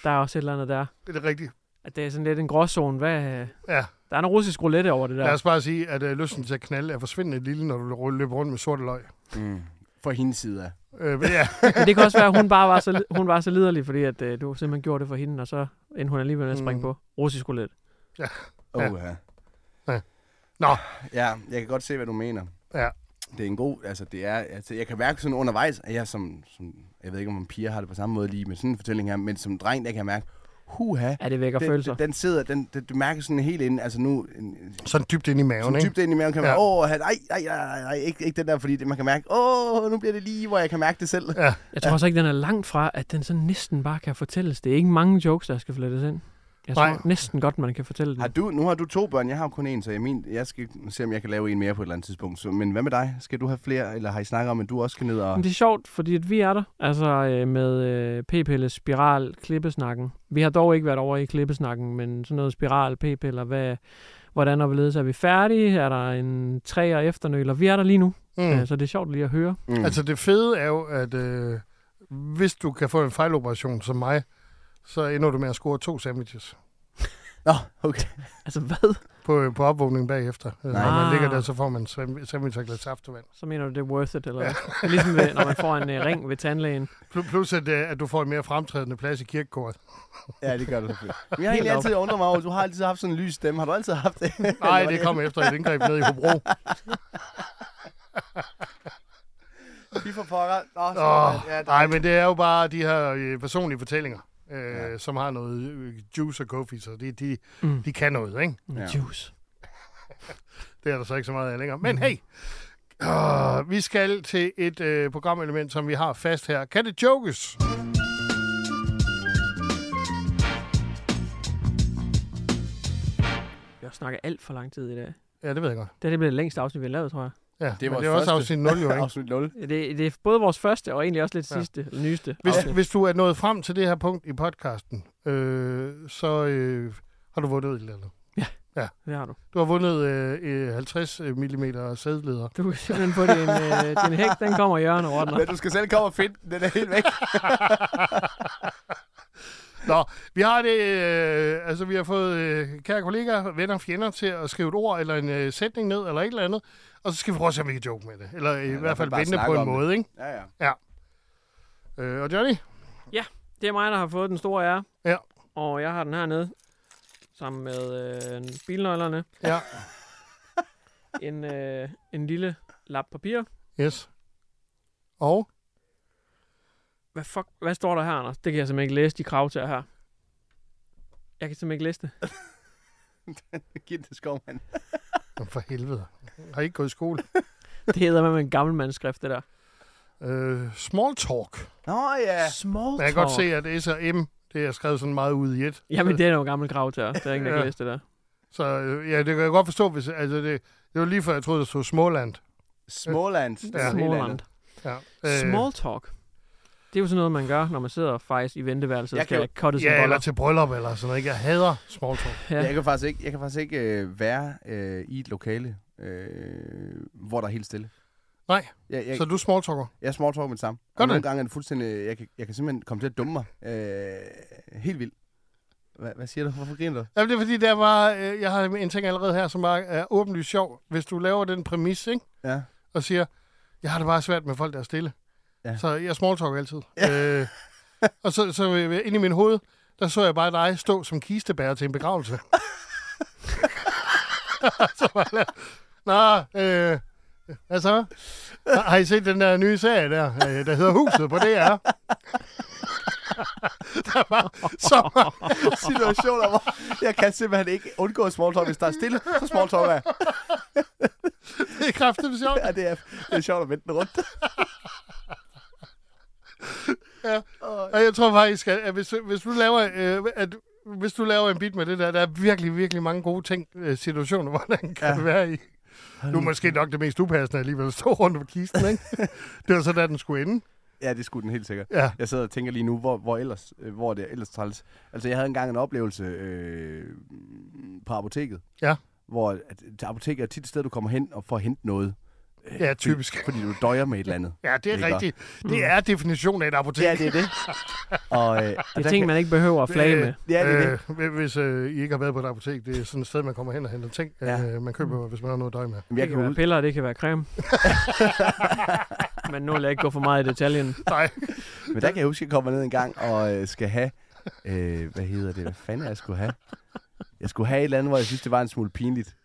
Speaker 10: Der er også et eller andet der.
Speaker 3: Det er det rigtige.
Speaker 10: At det er sådan lidt en gråzone. Hvad,
Speaker 3: Ja.
Speaker 10: der er en russisk roulette over det
Speaker 3: Lad
Speaker 10: der.
Speaker 3: os bare sige, at øh, lysten til at knalde er forsvindende lille, når du løber rundt med sorte løg.
Speaker 1: mm. For hendes side af.
Speaker 3: Øh, men
Speaker 10: (laughs)
Speaker 3: ja,
Speaker 10: Men det kan også være, at hun bare var så, li- hun var så liderlig, fordi at, øh, du simpelthen gjorde det for hende, og så endte hun alligevel med at springe
Speaker 3: Mm.
Speaker 10: på russisk roulette.
Speaker 1: Oh,
Speaker 3: Ja.
Speaker 1: ja.
Speaker 3: nå,
Speaker 1: Ja, jeg kan godt se, hvad du mener.
Speaker 3: Ja.
Speaker 1: Det er en god, altså det er, altså jeg kan mærke sådan undervejs, at jeg som, som jeg ved ikke om piger har det på samme måde lige med sådan en fortælling her, men som dreng, der kan jeg mærke, huha,
Speaker 10: Ja, det vækker
Speaker 1: den,
Speaker 10: følelser.
Speaker 1: den, den sidder, den, den, du mærker sådan helt ind, altså nu, en,
Speaker 3: sådan dybt ind i maven,
Speaker 1: sådan
Speaker 3: ikke?
Speaker 1: dybt ind i maven kan man,
Speaker 3: Ja.
Speaker 1: ja. åh, han- ej, ej, ej, ej, ikke, ikke den der, fordi det, man kan mærke, åh, nu bliver det lige, hvor jeg kan mærke det selv.
Speaker 3: Ja,
Speaker 10: Jeg tror også ikke, den er langt fra, at den så næsten bare kan fortælles. Det er ikke mange jokes, der skal flettes ind.
Speaker 11: Jeg
Speaker 3: Nej.
Speaker 11: tror næsten godt, man kan fortælle
Speaker 1: Har
Speaker 11: det.
Speaker 1: du, nu har du to børn, jeg har jo kun én, så jeg, min, jeg skal se, om jeg kan lave en mere på et eller andet tidspunkt. Så, men hvad med dig? Skal du have flere, eller har I snakket om, at du også skal ned og...
Speaker 3: (laughs)
Speaker 11: Men det er sjovt, fordi at vi er der, altså øh, med øh, p-pille, spiral, klippesnakken. Vi har dog ikke været over i klippesnakken, men sådan noget spiral, p-piller, hvad, hvordan og hvorledes er vi færdige? Er der en tre og efternøler? Vi er der lige nu, mm.
Speaker 3: Mm.
Speaker 11: øh, så det er sjovt lige at høre.
Speaker 1: Mm.
Speaker 3: Altså det fede er jo, at øh, hvis du kan få en fejloperation som mig, så ender du med at score to sandwiches
Speaker 1: Nå, okay.
Speaker 11: Altså hvad?
Speaker 3: på, på opvågningen bagefter. Nej. Når
Speaker 11: Ah.
Speaker 3: man ligger der, så får man en sam- sandwich og et glas saftevand.
Speaker 11: Så mener du, det er worth it, eller hvad? Ligesom ved, når man får en øh, ring ved tandlægen.
Speaker 3: Pl- Plus at, øh, at du får en mere fremtrædende plads i kirkekoret.
Speaker 1: Ja, det gør du selvfølgelig. Men (laughs) jeg har egentlig altid undret mig over, du har altid haft sådan en lys stemme. Har du altid haft (laughs) det?
Speaker 3: Nej, det kom efter et indgreb ned i Hobro.
Speaker 1: Vi får pokker. Nå, så,
Speaker 3: Åh,
Speaker 1: ja,
Speaker 3: nej, men det er jo bare de her øh, personlige fortællinger, øh, ja. som har noget øh, juice og coffee, så de, de, mm. de kan noget, ikke?
Speaker 11: Ja. Juice.
Speaker 3: (laughs) Det er der så ikke så meget af længere. Men hey, øh, vi skal til et øh, programelement, som vi har fast her. Kan det jokes?
Speaker 11: Jeg snakker alt for lang tid i dag.
Speaker 3: Ja, det ved jeg godt.
Speaker 11: Det her det bliver det længste afsnit, vi har lavet, tror jeg.
Speaker 3: Ja,
Speaker 1: Det
Speaker 3: det
Speaker 1: var
Speaker 3: var det er også
Speaker 1: første.
Speaker 3: afsnit 0 jo, ikke?
Speaker 1: afsnit 0.
Speaker 11: Det, det er både vores første og egentlig også lidt
Speaker 3: Ja.
Speaker 11: sidste, eller nyeste
Speaker 3: Hvis,
Speaker 11: afsnit.
Speaker 3: hvis du er nået frem til det her punkt i podcasten, øh, så øh, har du vundet et eller andet.
Speaker 11: Det har du.
Speaker 3: Du har vundet øh, øh, 50 mm sædleder.
Speaker 11: Du kan simpelthen få din, øh, din hæk, den kommer i hjørnet og ordner.
Speaker 1: Men du skal selv komme og finde den. Den er helt væk. (laughs)
Speaker 3: Nå, vi har det, øh, altså vi har fået øh, kære kollegaer, venner og fjender til at skrive et ord eller en øh, sætning ned eller et eller andet, og så skal vi prøve at se, om vi kan joke med det. Eller øh, i hvert fald
Speaker 1: bare
Speaker 3: vende
Speaker 1: snakke
Speaker 3: på en
Speaker 1: om det.
Speaker 3: måde, ikke?
Speaker 1: Ja, ja.
Speaker 3: Øh, og Johnny?
Speaker 11: Det er mig, der har fået den store ære.
Speaker 3: Ja.
Speaker 11: Og jeg har den hernede, sammen med øh, bilnøglerne.
Speaker 3: Ja.
Speaker 11: (laughs) En, øh, en lille lap papir.
Speaker 3: Yes. Og?
Speaker 11: Hvad, fuck, hvad står der her, Anders? Det kan jeg simpelthen ikke læse, de krav til her. Jeg kan simpelthen ikke læse det.
Speaker 1: Giv det skovmand.
Speaker 3: Nå, for helvede. Har I ikke gået i skole?
Speaker 11: (laughs) Det hedder med en gammel mandskrift, det der.
Speaker 3: øh, small talk.
Speaker 1: Nå ja.
Speaker 11: Small
Speaker 3: Jeg kan godt se, at S og M, det er skrevet sådan meget ud i et.
Speaker 11: Jamen, det er jo gammel krav til Det er ingen, der kan
Speaker 3: Ja.
Speaker 11: læse det der.
Speaker 3: Så øh, ja, det kan jeg godt forstå, hvis... Altså, det, det var lige før, jeg troede, der stod Småland.
Speaker 1: Småland. Det er noget helt
Speaker 11: Småland.
Speaker 1: andet.
Speaker 3: Ja. Øh.
Speaker 11: Small talk. Det er jo sådan noget, man gør, når man sidder faktisk i venteværelset og
Speaker 1: Jeg kan
Speaker 11: skal cutte sin
Speaker 3: Ja,
Speaker 11: boller.
Speaker 3: eller til bryllup eller sådan noget. Ikke? Jeg hader small talk.
Speaker 11: Ja.
Speaker 1: Jeg kan faktisk ikke, jeg kan faktisk ikke øh, være øh, i et lokale, øh, hvor der er helt stille.
Speaker 3: Nej.
Speaker 1: Jeg, jeg,
Speaker 3: Så du small talker?
Speaker 1: Jeg småtalker med det samme.
Speaker 3: Gør
Speaker 1: Og
Speaker 3: du
Speaker 1: nogle
Speaker 3: det?
Speaker 1: gange er det fuldstændig... Jeg kan, jeg kan simpelthen komme til at dumme mig. Øh, helt vildt. Hva, hvad siger du? Hvorfor griner du?
Speaker 3: Jamen, det er fordi, der var, øh, jeg har en ting allerede her, som er, er åbenlyst sjov. Hvis du laver den præmis, ikke?
Speaker 1: Ja.
Speaker 3: og siger, jeg har det bare svært med folk, der er stille.
Speaker 1: Ja.
Speaker 3: Ja. Så jeg smalltalker altid. Ja. Øh, og så, så øh, ind i min hoved, der så jeg bare dig stå som kistebærer til en (laughs) begravelse. så var jeg, Nå, øh, hvad så? Har- Har I set den der nye serie der, øh, der hedder Huset på DR? (laughs) der var så mange
Speaker 1: Situationer, hvor jeg kan simpelthen ikke undgå småtalk. Hvis der er stille, så småtalker jeg.
Speaker 3: det er kraftigt sjovt.
Speaker 1: Ja, det er, det er sjovt at vente den rundt.
Speaker 3: Og jeg tror faktisk, at at hvis, hvis, du laver, øh, at hvis du laver en bit med det der, der er virkelig, virkelig mange gode ting, øh, situationer, (laughs) hvor den kan ja. være i. Nu er måske nok det mest upassende alligevel at stå rundt om kisten,
Speaker 1: (laughs)
Speaker 3: ikke? det var så, der den skulle ende.
Speaker 1: Ja, det skulle den helt sikkert.
Speaker 3: Ja.
Speaker 1: Jeg sidder og tænker lige nu, hvor, hvor, ellers, øh, hvor er det ellers træls. Altså, jeg havde engang en oplevelse øh, på apoteket.
Speaker 3: Ja.
Speaker 1: Hvor at, at apoteket er tit et sted, du kommer hen og får hentet noget.
Speaker 3: Ja, typisk.
Speaker 1: Fordi du døjer med et eller andet.
Speaker 3: Ja, det er
Speaker 1: Lækker.
Speaker 3: rigtigt. Det er definitionen af et apotek.
Speaker 1: Mm. Ja, det er det. Og, øh, og
Speaker 11: Det
Speaker 1: der
Speaker 11: er ting,
Speaker 1: kan-
Speaker 11: man ikke behøver at flage med.
Speaker 1: Ja, det er det.
Speaker 3: Øh, hvis øh, I ikke har været på et apotek, det er sådan et sted, man kommer hen og henter ting,
Speaker 1: Ja. Mm.
Speaker 3: ja. øh, man køber, hvis man har noget at døje med.
Speaker 1: Jamen,
Speaker 11: Det
Speaker 1: jeg
Speaker 11: kan
Speaker 1: kan,
Speaker 11: være
Speaker 1: ud...
Speaker 11: piller, og det kan være
Speaker 1: (laughs)
Speaker 11: creme. Men nu vil jeg ikke gå for meget i detaljen.
Speaker 3: Nej,
Speaker 1: Men der kan jeg huske, at jeg kommer ned en gang og øh, skal have... Øh, hvad hedder det? Hvad fanden er jeg skulle have? Jeg skulle have et eller andet, hvor jeg synes, det var en smule pinligt.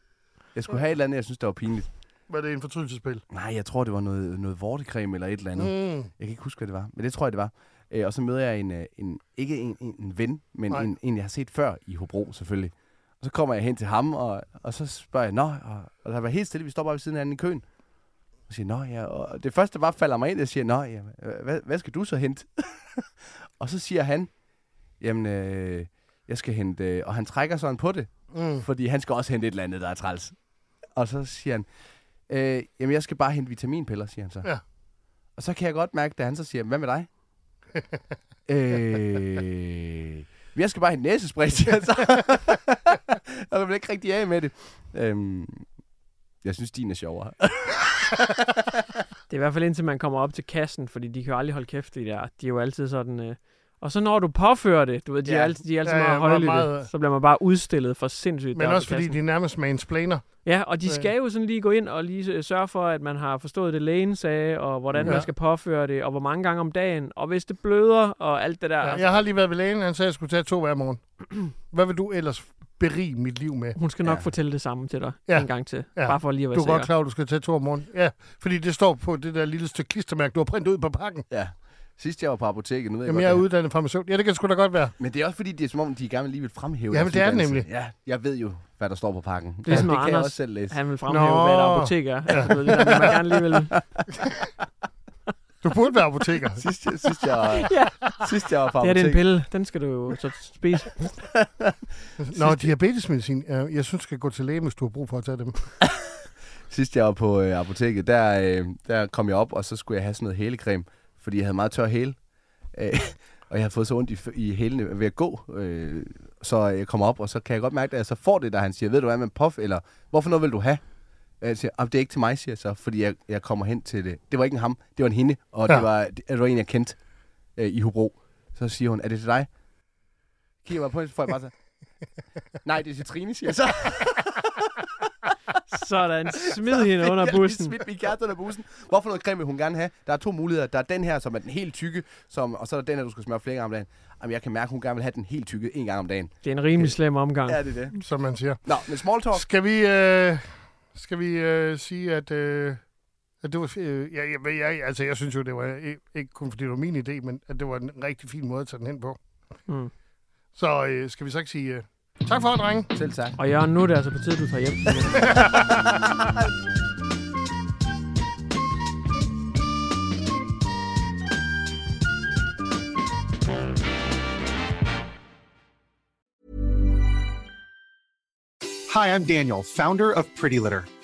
Speaker 1: Jeg skulle have et eller andet, jeg synes, det var pinligt.
Speaker 3: var det en fortrydelsespil?
Speaker 1: Nej, jeg tror, det var noget, noget vortecreme eller et eller andet.
Speaker 3: Mm.
Speaker 1: Jeg kan ikke huske, hvad det var, men det tror jeg, det var. Øh, og så møder jeg en, øh, en ikke en, en, en ven, men
Speaker 3: Nej.
Speaker 1: en, en, jeg har set før i Hobro, selvfølgelig. Og så kommer jeg hen til ham, og, og så spørger jeg, nå, og, og der var helt stille, vi står bare ved siden af hinanden i køen. Og siger, nå ja, og det første bare falder mig ind, jeg siger, nå ja, (laughs) hvad, hvad skal du så hente? og så siger han, jamen, øh, jeg skal hente... øh," Og han trækker sådan på det, mm. fordi han skal også hente et eller andet, der er træls. Og så siger han, øh, jamen jeg skal bare hente vitaminpiller, siger han så.
Speaker 2: Ja.
Speaker 1: Og så kan jeg godt mærke, da han så siger, hvad med
Speaker 2: (laughs)
Speaker 1: dig? øh, jeg skal bare hente næsespray, siger han så. (laughs) og jeg bliver ikke rigtig af med det. Øhm, jeg synes, din er sjovere.
Speaker 2: (laughs)
Speaker 3: Det er i hvert fald indtil man kommer op til kassen, fordi de kan jo aldrig holde kæft i der. De er jo altid sådan... Øh... Og så når du påfører det, du ved, de ja.
Speaker 2: Ja.
Speaker 3: er altid, de er altid
Speaker 2: Ja,
Speaker 3: ja,
Speaker 2: ja,
Speaker 3: meget
Speaker 2: meget-
Speaker 3: højlytte,
Speaker 2: meget-
Speaker 3: så bliver man bare udstillet for sindssygt.
Speaker 2: Men
Speaker 3: deroppe
Speaker 2: også
Speaker 3: ved
Speaker 2: fordi
Speaker 3: kassen.
Speaker 2: de er nærmest Øh. mansplaner.
Speaker 3: Ja, og de
Speaker 2: Ja.
Speaker 3: skal jo sådan lige gå ind og lige øh, sørge for, at man har forstået det, lægen sagde, og hvordan ja.
Speaker 2: Ja.
Speaker 3: man skal påføre det, og hvor mange gange om dagen, og hvis det bløder, og alt det der.
Speaker 2: Ja,
Speaker 3: Ja,
Speaker 2: jeg har lige været ved lægen, han sagde, at jeg skulle tage to hver morgen. Hvad vil du ellers berige mit liv med?
Speaker 3: Hun skal nok
Speaker 1: Ja.
Speaker 3: fortælle det samme til dig
Speaker 2: Ja.
Speaker 3: en gang til,
Speaker 2: Ja.
Speaker 3: bare for lige at være
Speaker 2: Du er
Speaker 3: sikker.
Speaker 2: godt klar, over, at du skal tage to om morgenen. Ja, fordi det står på det der lille stykke klistermærke, du har printet ud på pakken.
Speaker 1: ja. Sidst jeg var på apoteket, nu ved
Speaker 2: Jamen,
Speaker 1: jeg
Speaker 2: jeg er
Speaker 1: godt, det
Speaker 2: uddannet farmaceut. Ja, det kan sgu da godt være.
Speaker 1: er- Men det er også fordi, det er som om, de gerne vil lige vil fremhæve
Speaker 2: Jamen,
Speaker 1: deres
Speaker 2: det er det
Speaker 1: uddannelse.
Speaker 2: nemlig.
Speaker 1: Ja, jeg ved jo, hvad der står på pakken.
Speaker 3: Det er som
Speaker 1: det kan jeg
Speaker 3: Anders.
Speaker 1: også selv læse.
Speaker 3: Han vil fremhæve,
Speaker 2: Nå.
Speaker 3: hvad der apotek er. Ja. Du ved, det der, med, at man gerne lige vil...
Speaker 2: (laughs) Du burde være apoteker.
Speaker 1: Sidst, sidst, jeg,
Speaker 3: (laughs) Ja.
Speaker 1: sidst jeg var på
Speaker 3: Det her det er en
Speaker 1: apoteket.
Speaker 3: pille, den skal du jo så spise.
Speaker 2: (laughs) Nå, diabetesmedicin. Ja, jeg synes, du skal gå til læge, hvis du har brug for at tage dem.
Speaker 1: Sidst jeg var på øh, apoteket, der, øh, der kom jeg op, og så skulle jeg have sådan noget hælecreme, fordi jeg havde meget tør hæle. Øh, og jeg havde fået så ondt i, f- i hælene ved at gå. Øh, så jeg kommer op, og så kan jeg godt mærke, at jeg så får det, der han siger, ved du hvad, man puff, eller hvorfor noget vil du have? Og Jeg siger, "Jamen, det er ikke til mig, siger jeg så, fordi jeg, jeg kommer hen til det. Det var ikke en ham, det var en hende, og ja.
Speaker 2: Ja.
Speaker 1: det, var, det, det var en, jeg kendte øh, i Hobro. Så siger hun, er det til dig? Kigger mig på hende, så får jeg bare så, nej, det er til Trine, siger jeg så.
Speaker 3: (laughs) Sådan, smid hende under
Speaker 1: Jeg lige
Speaker 3: bussen.
Speaker 1: Smidt min kæreste under bussen. Hvorfor noget creme vil hun gerne have? Der er to muligheder. Der er den her, som er den helt tykke, som, og så er der den her, du skal smøre flere gange om dagen. Jamen, jeg kan mærke, at hun gerne vil have den helt tykke en gang om dagen.
Speaker 3: Det er en rimelig slem omgang.
Speaker 1: Ja, det er det.
Speaker 2: Som man siger.
Speaker 1: Nå, men small talk.
Speaker 2: Skal vi, øh, skal vi øh, sige, at, øh, at det var... Øh, ja, ja, jeg, altså, jeg synes jo, det var øh, ikke kun fordi det var min idé, men at det var en rigtig fin måde at tage den hen på.
Speaker 3: Mm.
Speaker 2: Så øh, skal vi så ikke sige øh, tak for, drenge.
Speaker 1: Selv tak.
Speaker 3: Og Jørgen, nu er det altså på tide, du tager hjem.
Speaker 12: Hi, I'm Daniel, founder of Pretty Litter.